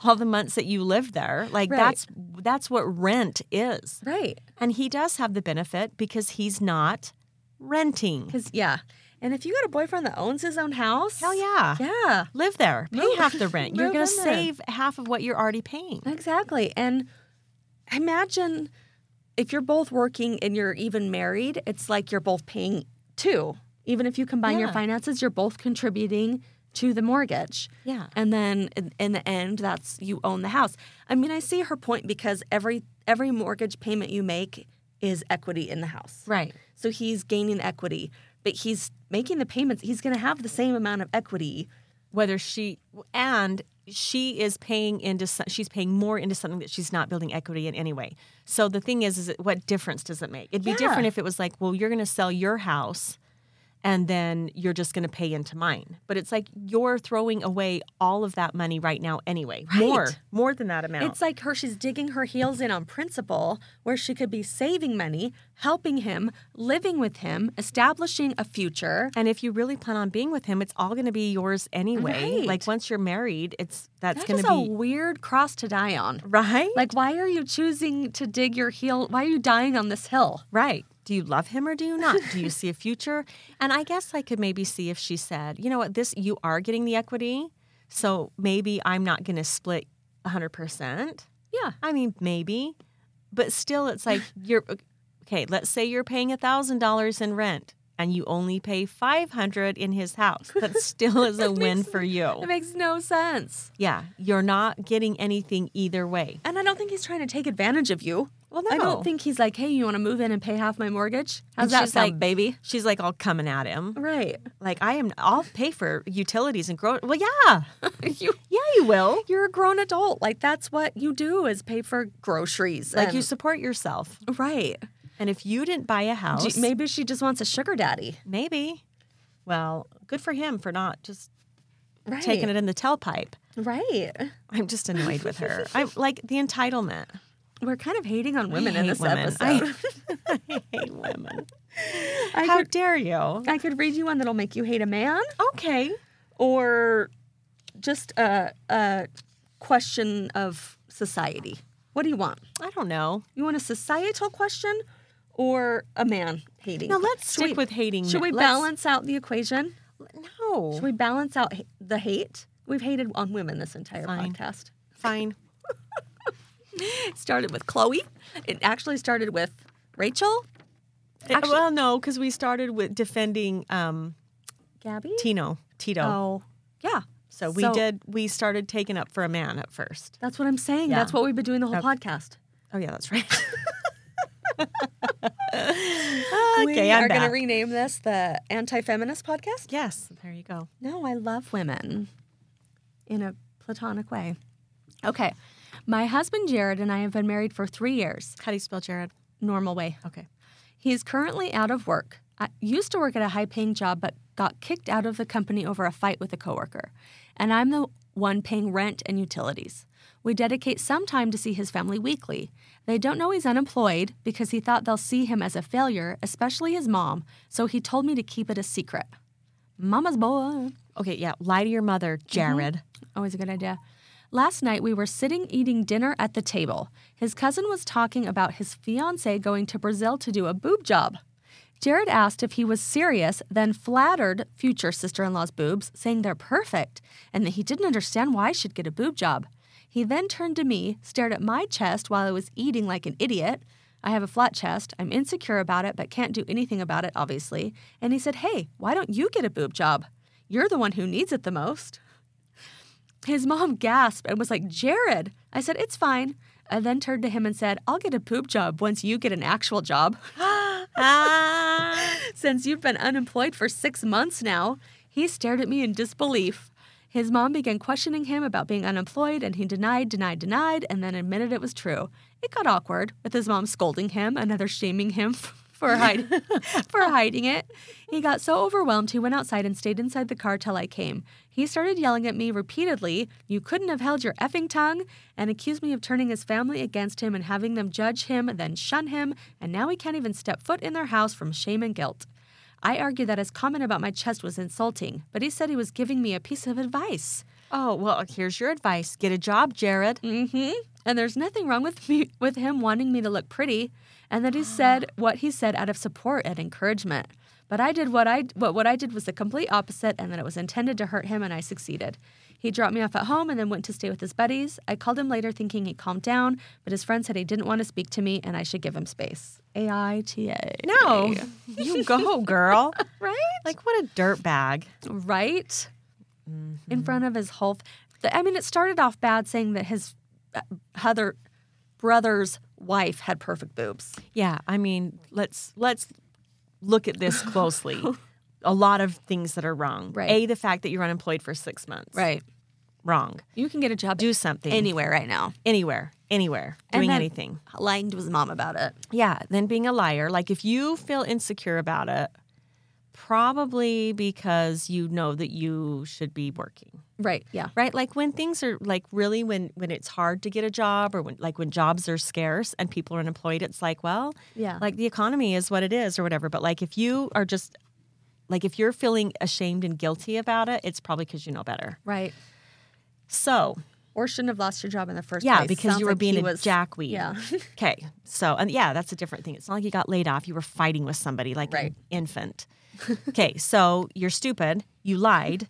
B: all the months that you lived there. Like
A: Right.
B: that's that's what rent is.
A: right.
B: And he does have the benefit because he's not renting.
A: Because, yeah. And if you got a boyfriend that owns his own house,
B: Hell yeah.
A: Yeah.
B: live there, pay
A: Move-
B: half the rent. You're
A: move
B: going to
A: in there.
B: save half of what you're already paying.
A: Exactly. And imagine if you're both working and you're even married, it's like you're both paying two. Even if you combine your
B: Yeah.
A: finances, you're both contributing to the mortgage.
B: Yeah.
A: And then in, in the end, that's you own the house. I mean, I see her point because every every mortgage payment you make is equity in the house.
B: Right.
A: So he's gaining equity, but he's making the payments. He's going to have the same amount of equity.
B: Whether she and she is paying into so- she's paying more into something that she's not building equity in anyway. So the thing is, is it, what difference does it make? It'd be
A: Yeah.
B: different if it was like, well, you're going to sell your house, and then you're just going to pay into mine. But it's like you're throwing away all of that money right now anyway. More.
A: Right.
C: more than that amount.
A: It's like her, she's digging her heels in on principle where she could be saving money, helping him, living with him, establishing a future.
B: And if you really plan on being with him, it's all going to be yours anyway.
A: Right.
B: Like once you're married, it's that's
A: That
B: going
A: is
B: to
A: a
B: be
A: weird cross to die on.
C: right?
A: Like, why are you choosing to dig your heel? Why are you dying on this hill?
B: Right. Do you love him or do you not? Do you see a future? And I guess I could maybe see if she said, you know what, this you are getting the equity, so maybe I'm not going to split 100%.
A: Yeah.
B: I mean, maybe, but still it's like you're okay, let's say you're paying $1,000 in rent and you only pay 500 in his house. That still is a win for
A: It
B: you.
A: makes no sense.
B: Yeah, you're not getting anything either way.
A: And I don't think he's trying to take advantage of you.
B: Well,
A: I
B: no.
A: don't think he's like, hey, you want to move in and pay half my mortgage? How's
B: And
A: that
B: she's
A: sound,
B: like-
A: baby?
B: She's like all coming at him.
A: Right.
B: Like I am I'll pay for utilities and grow Well, yeah.
A: you,
B: Yeah, you will.
A: you're a grown adult. Like, that's what you do is pay for groceries.
B: Like
A: and-
B: you support yourself.
A: Right.
B: And if you didn't buy a
A: Do-
B: house,
A: Maybe she just wants a sugar daddy.
B: maybe. Well, good for him for not just
A: Right.
B: taking it in the tailpipe.
A: Right.
B: I'm just annoyed with her. I like the entitlement.
A: We're kind of hating on
B: I
A: women in
B: hate
A: this
B: women.
A: episode.
B: I, I hate women.
A: I,
B: How
A: could,
B: dare you?
A: I could read you one that'll make you hate a man
B: Okay.
A: or just a, a question of society. What do you want?
B: I don't know.
A: You want a societal question or a man hating?
B: Now let's
A: Should
B: stick
A: we-
B: with hating.
A: Should we
B: men.
A: balance out the equation?
B: Let's- No.
A: Should we balance out h- the hate? We've hated on women this entire
B: Fine.
A: podcast.
B: Fine.
A: It started with Chloe. It actually started with Rachel,
B: Uh, well, no, because we started with defending um,
A: Gabby.
B: Tino, Tito.
A: Oh, yeah.
B: So we did. We started taking up for a man at first.
A: That's what I'm saying.
B: Yeah.
A: That's what we've been doing the whole
B: Okay.
A: podcast.
B: Oh yeah, that's right. okay,
A: we
B: I'm
A: are
B: back.
A: to rename this the anti-feminist podcast.
B: yes, there you go.
A: No, I love women in a platonic way. Okay. My husband Jared and I have been married for three years,
B: How do you spell Jared?
A: normal way.
B: Okay.
A: He is currently out of work. I used to work at a high paying job, but got kicked out of the company over a fight with a coworker. And I'm the one paying rent and utilities. We dedicate some time to see his family weekly. They don't know he's unemployed because he thought they'll see him as a failure, especially his mom, so he told me to keep it a secret. Mama's boy.
B: Okay, yeah. Lie to your mother, Jared.
A: Always a good idea. Last night, we were sitting eating dinner at the table. His cousin was talking about his fiance going to Brazil to do a boob job. Jared asked if he was serious, then flattered future sister in law's boobs, saying they're perfect and that he didn't understand why I should get a boob job. He then turned to me, stared at my chest while I was eating like an idiot. I have a flat chest. I'm insecure about it, but can't do anything about it, obviously. And he said, Hey, why don't you get a boob job? You're the one who needs it the most. His mom gasped and was like, Jared. I said, It's fine. I then turned to him and said, I'll get a poop job once you get an actual job.
B: Ah.
A: Since you've been unemployed for six months now, he stared at me in disbelief. His mom began questioning him about being unemployed, and he denied, denied, denied, and then admitted it was true. It got awkward, with his mom scolding him, another shaming him for, hide- for hiding it. He got so overwhelmed, he went outside and stayed inside the car till I came. He started yelling at me repeatedly, You couldn't have held your effing tongue, and accused me of turning his family against him and having them judge him, then shun him, and now he can't even step foot in their house from shame and guilt. I argued that his comment about my chest was insulting, but he said he was giving me a piece of advice.
B: oh well, here's your advice. Get a job, Jared.
A: Mm-hmm. And there's nothing wrong with me with him wanting me to look pretty, and that he said what he said out of support and encouragement. But I did what I what what I did was the complete opposite, and that it was intended to hurt him, and I succeeded. He dropped me off at home and then went to stay with his buddies. I called him later, thinking he calmed down, but his friend said he didn't want to speak to me, and I should give him space. A I T A.
B: No, you go, girl.
A: right?
B: Like what a dirt bag.
A: right in front of his whole. f- the- I mean, it started off bad, saying that his uh, other brother's wife had perfect boobs.
B: Yeah, I mean, let's let's look at this closely. a lot of things that are wrong.
A: Right.
B: A, the fact that you're unemployed for six months.
A: Right.
B: wrong.
A: You can get a job
B: Do something.
A: anywhere right now.
B: Anywhere. Anywhere.
A: And
B: Doing
A: then-
B: anything.
A: Lying to his mom about it.
B: Yeah, than being a liar. Like if you feel insecure about it, probably because you know that you should be working.
A: Right. Yeah.
B: Right? Like when things are like really when when it's hard to get a job or when like when jobs are scarce and people are unemployed, it's like, well,
A: Yeah.
B: like the economy is what it is or whatever. But like if you are just like if you're feeling ashamed and guilty about it, it's probably because you know better.
A: Right.
B: So
A: Or shouldn't have lost your job in the first
B: yeah,
A: place.
B: because
A: Sounds
B: you were
A: like
B: being
A: he
B: a
A: was-
B: jackweed.
A: Yeah.
B: Okay. So, and yeah, that's a different thing. It's not like you got laid off. You were fighting with somebody like
A: Right.
B: an infant. okay. So you're stupid. You lied.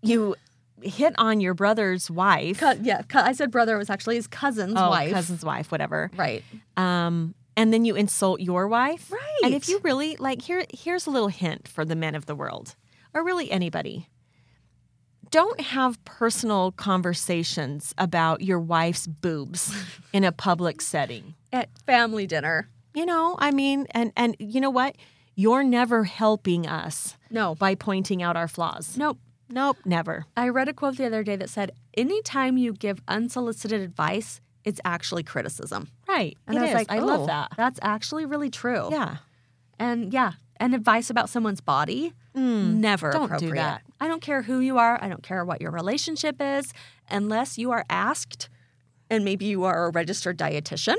B: You hit on your brother's wife.
A: Co- Uh, yeah. Co- I said brother it was actually his cousin's
B: oh,
A: wife.
B: cousin's wife, whatever.
A: Right.
B: Um, and then you insult your wife. And
A: Right.
B: if you really like, here, here's a little hint for the men of the world, or really anybody. Don't have personal conversations about your wife's boobs in a public setting.
A: At family dinner.
B: you know i mean and and you know what you're never helping us
A: No.
B: by pointing out our flaws
A: Nope.
B: nope never
A: I read a quote the other day that said, "Anytime you give unsolicited advice, it's actually criticism."
B: right
A: And
B: It
A: I was
B: is.
A: like,
B: i
A: "Oh,
B: love that
A: That's actually really true.
B: yeah
A: And yeah, and advice about someone's body, never
B: don't do
A: appropriate.
B: that.
A: I don't care who you are. I don't care what your relationship is, unless you are asked, and maybe you are a registered dietitian.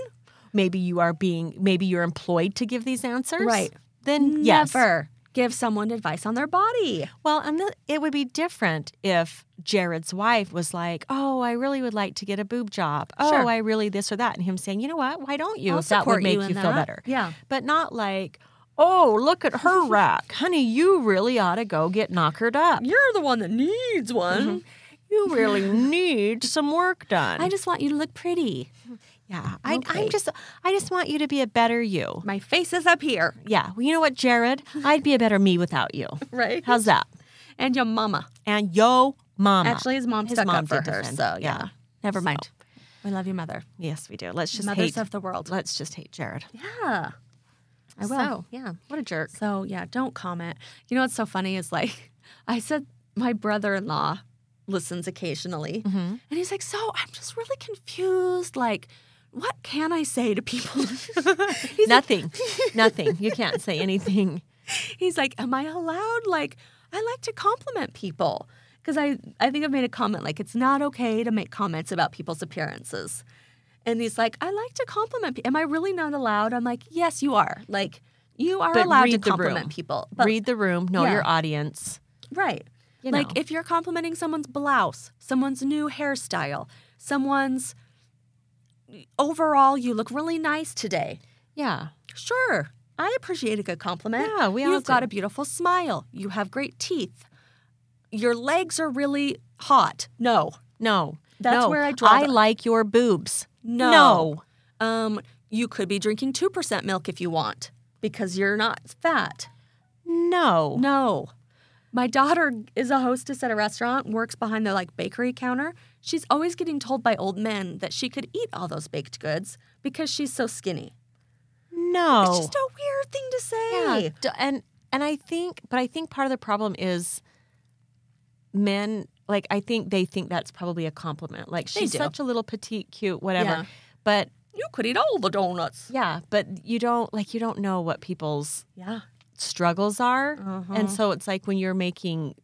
B: maybe you are being maybe you're employed to give these answers
A: Right.
B: then yes
A: Never give someone advice on their body.
B: well and the, it would be different if jared's wife was like oh i really would like to get a boob job oh
A: Sure.
B: i really this or that and him saying you know what why don't you
A: I'll
B: if that
A: support
B: would
A: you
B: make you,
A: in
B: feel
A: that.
B: better
A: Yeah.
B: but not like oh look at her rack honey you really ought to go get knockered up
A: You're the one that needs one.
B: you really need some work done.
A: I just want you to look pretty.
B: yeah, I,
A: Okay.
B: I'm just, I just want you to be a better you.
A: My face is up here,
B: Yeah, well, you know what, Jared? I'd be a better me without you.
A: right?
B: How's that?
A: and your mama.
B: And yo, mama.
A: Actually, his mom
B: His
A: stuck
B: mom
A: up for
B: did
A: her.
B: defend.
A: So yeah,
B: Yeah.
A: never mind. We love you, mother.
B: yes, we do. Let's just
A: Mothers
B: hate.
A: of the world.
B: let's just hate Jared.
A: Yeah, I will.
B: So.
A: yeah.
B: What a jerk.
A: So yeah, don't comment. You know what's so funny is like I said, my brother-in-law listens occasionally, and he's like, "So I'm just really confused. Like, what can I say to people?" he's like,
B: Nothing. Nothing. You can't say anything.
A: he's like, "Am I allowed? Like, I like to compliment people." Because I, I think I made a comment like it's not okay to make comments about people's appearances, and he's like, I like to compliment. Pe- Am I really not allowed? I'm like, yes, you are. Like you are
B: But
A: allowed
B: read
A: to
B: the
A: compliment
B: room.
A: people. But
B: Read the room. Know
A: Yeah.
B: your audience.
A: Right.
B: You
A: like
B: know.
A: if you're complimenting someone's blouse, someone's new hairstyle, someone's overall, you look really nice today.
B: Yeah.
A: Sure. I appreciate a good compliment.
B: Yeah, we all
A: You've got
B: do.
A: a beautiful smile. You have great teeth. Your legs are really hot. No.
B: No.
A: That's
B: No.
A: where I draw
B: I
A: the-
B: like your boobs.
A: No.
B: No.
A: Um, you could be drinking 2% milk if you want because you're not fat.
B: No.
A: No. My daughter is a hostess at a restaurant, works behind the like bakery counter. She's always getting told by old men that she could eat all those baked goods because she's so skinny. Oh.
B: No.
A: It's just a weird thing to say.
B: Yeah, d- and and I think, but I think part of the problem is men. Like I think they think that's probably a compliment. Like
A: They
B: she's
A: do.
B: such a little petite, cute, whatever.
A: Yeah.
B: But
A: You could eat all the donuts.
B: yeah, but you don't like you don't know what people's
A: Yeah.
B: struggles are,
A: Uh-huh.
B: and so it's like when you're making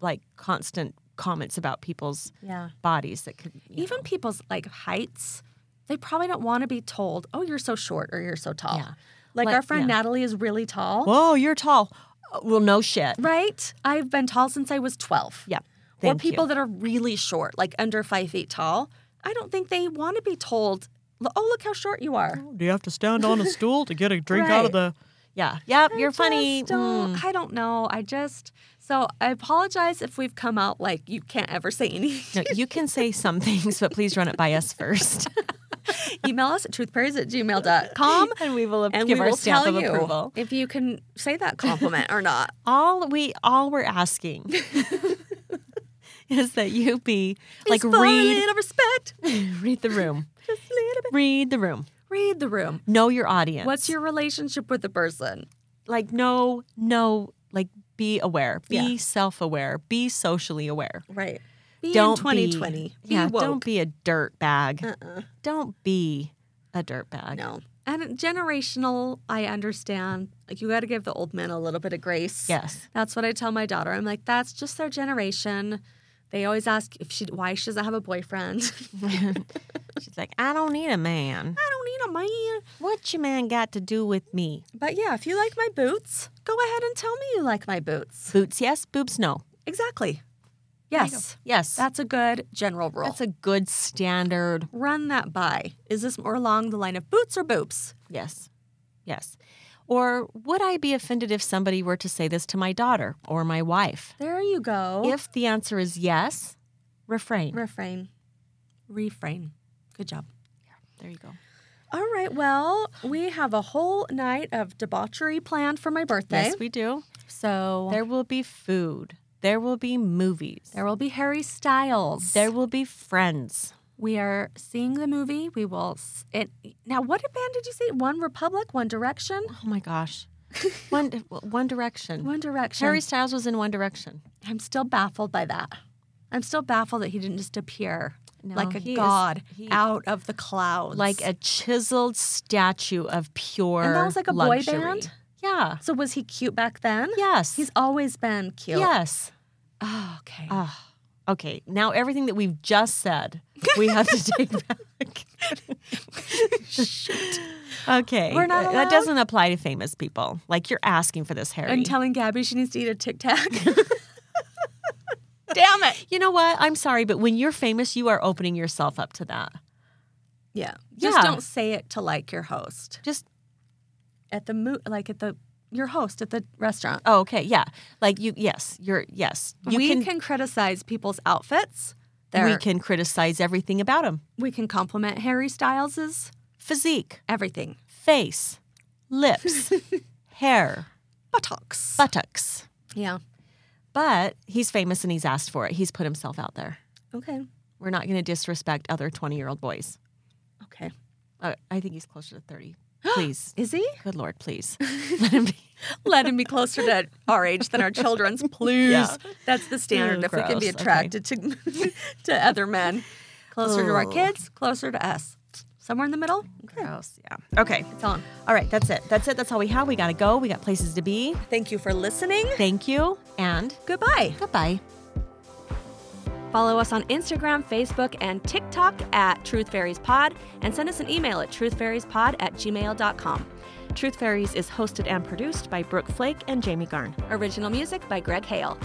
B: like constant comments about people's
A: Yeah.
B: bodies that could you
A: Even people's like heights, they probably don't want to be told, "Oh, you're so short" or "You're so tall."
B: Yeah.
A: Like,
B: Like-
A: our friend
B: yeah.
A: Natalie is really tall,
B: know, whoa, you're tall. Uh, Well, no shit.
A: right? I've been tall since I was 12.
B: Yeah.
A: or
B: Thank you.
A: people that are really short, like under five feet tall. I don't think they want to be told, "Lo- "Oh, look how short you are."
D: Do you have to stand on a stool to get a drink out of the?
B: Yeah. Yep. You're
A: I
B: funny. Mm.
A: just uh, Don't, I don't know. I just so I apologize if we've come out like you can't ever say anything.
B: No, you can say some things, but please run it by us first.
A: Email us at truthprairies at gmail.com
B: Um, and we will
A: and
B: give
A: we
B: our
A: will
B: stamp
A: tell
B: of
A: you
B: approval.
A: if you can say that compliment or not.
B: All we all we're asking is that you be like
A: Just for a
B: read
A: little respect.
B: read the room.
A: Just a little bit.
B: Read the room.
A: Read the room.
B: Know your audience.
A: What's your relationship with the person?
B: like know know like be aware. Be
A: Yeah.
B: self aware. Be socially aware.
A: Right. Be in
B: don't
A: 2020.
B: Be,
A: Be
B: yeah,
A: woke.
B: don't be a dirt bag.
A: Uh-uh.
B: Don't be a dirt bag.
A: No. And generational, I understand. Like, you got to give the old men a little bit of grace.
B: Yes.
A: That's what I tell my daughter. I'm like, that's just their generation. They always ask if she why she doesn't have a boyfriend.
B: She's like, I don't need a man.
A: I don't need a man.
B: What your man got to do with me?
A: But yeah, if you like my boots, go ahead and tell me you like my boots.
B: Boots, yes. Boobs, no.
A: Exactly. Yes.
B: Yes.
A: That's a good general rule.
B: That's a good standard.
A: Run that by. Is this more along the line of boots or boops?
B: Yes. Yes. Or would I be offended if somebody were to say this to my daughter or my wife?
A: There you go.
B: If the answer is yes, refrain.
A: Refrain. Refrain. Good job.
B: there you go.
A: All right. Well, we have a whole night of debauchery planned for my birthday.
B: Yes, we do.
A: so there,
B: There will be food. There will be movies.
A: will be Harry Styles.
B: There will be friends.
A: we are seeing the movie. We will. s- It, now, what band did you say? One Republic, One Direction,
B: Oh my gosh. One One Direction.
A: One Direction.
B: Harry Styles was in One Direction.
A: I'm still baffled by that. I'm still baffled that he didn't just appear
B: No,
A: like a
B: he is-
A: god
B: he-
A: out of the clouds.
B: Like a chiseled statue of pure
A: and that was like a
B: luxury.
A: boy band.
B: Yeah.
A: So was he cute back then?
B: Yes.
A: He's always been cute.
B: yes.
A: Oh, okay.
B: Okay. Now everything that we've just said, we have to take back. Okay. uh,
A: We're not allowed?
B: that doesn't apply to famous people. Like you're asking for this, Harry.
A: I'm telling Gabby she needs to eat a Tic Tac. Damn it.
B: you know what? I'm sorry, but when you're famous, you are opening yourself up to that.
A: Yeah. Just
B: Yeah.
A: don't say it to like your host
B: Just
A: at the mo- like at the your host at the restaurant.
B: oh, okay, yeah. Like you, yes, you're yes. You
A: we can, criticize people's outfits. Their,
B: we can criticize everything about him:
A: we can compliment Harry Styles's
B: physique,
A: everything.
B: face, lips, hair,
A: Buttocks.
B: buttocks.
A: yeah.
B: But he's famous and he's asked for it. He's put himself out there.
A: Okay.
B: We're not going to disrespect other 20 year old boys.
A: Okay.
B: Uh, I think he's closer to 30. Please.
A: Is he?
B: Good Lord, please. Let him be.
A: Let him be closer to our age than our children's, please. That's the standard.
B: Ooh,
A: if we can be
B: gross. Okay.
A: attracted to to other men, closer to our kids, closer to us, somewhere in the middle. Okay,
B: Gross. Yeah. Okay.
A: it's on.
B: All right. That's it. That's it. That's all we have. We got to go. We got places to be.
A: Thank you for listening.
B: Thank you. And
A: Goodbye.
B: goodbye.
A: Follow us on Instagram, Facebook, and TikTok at Truth Fairies Pod, and send us an email at truthfairiespod at gmail.com.
B: Truth Fairies is hosted and produced by Brooke Flake and Jamie Garn.
A: Original music by Greg Hale.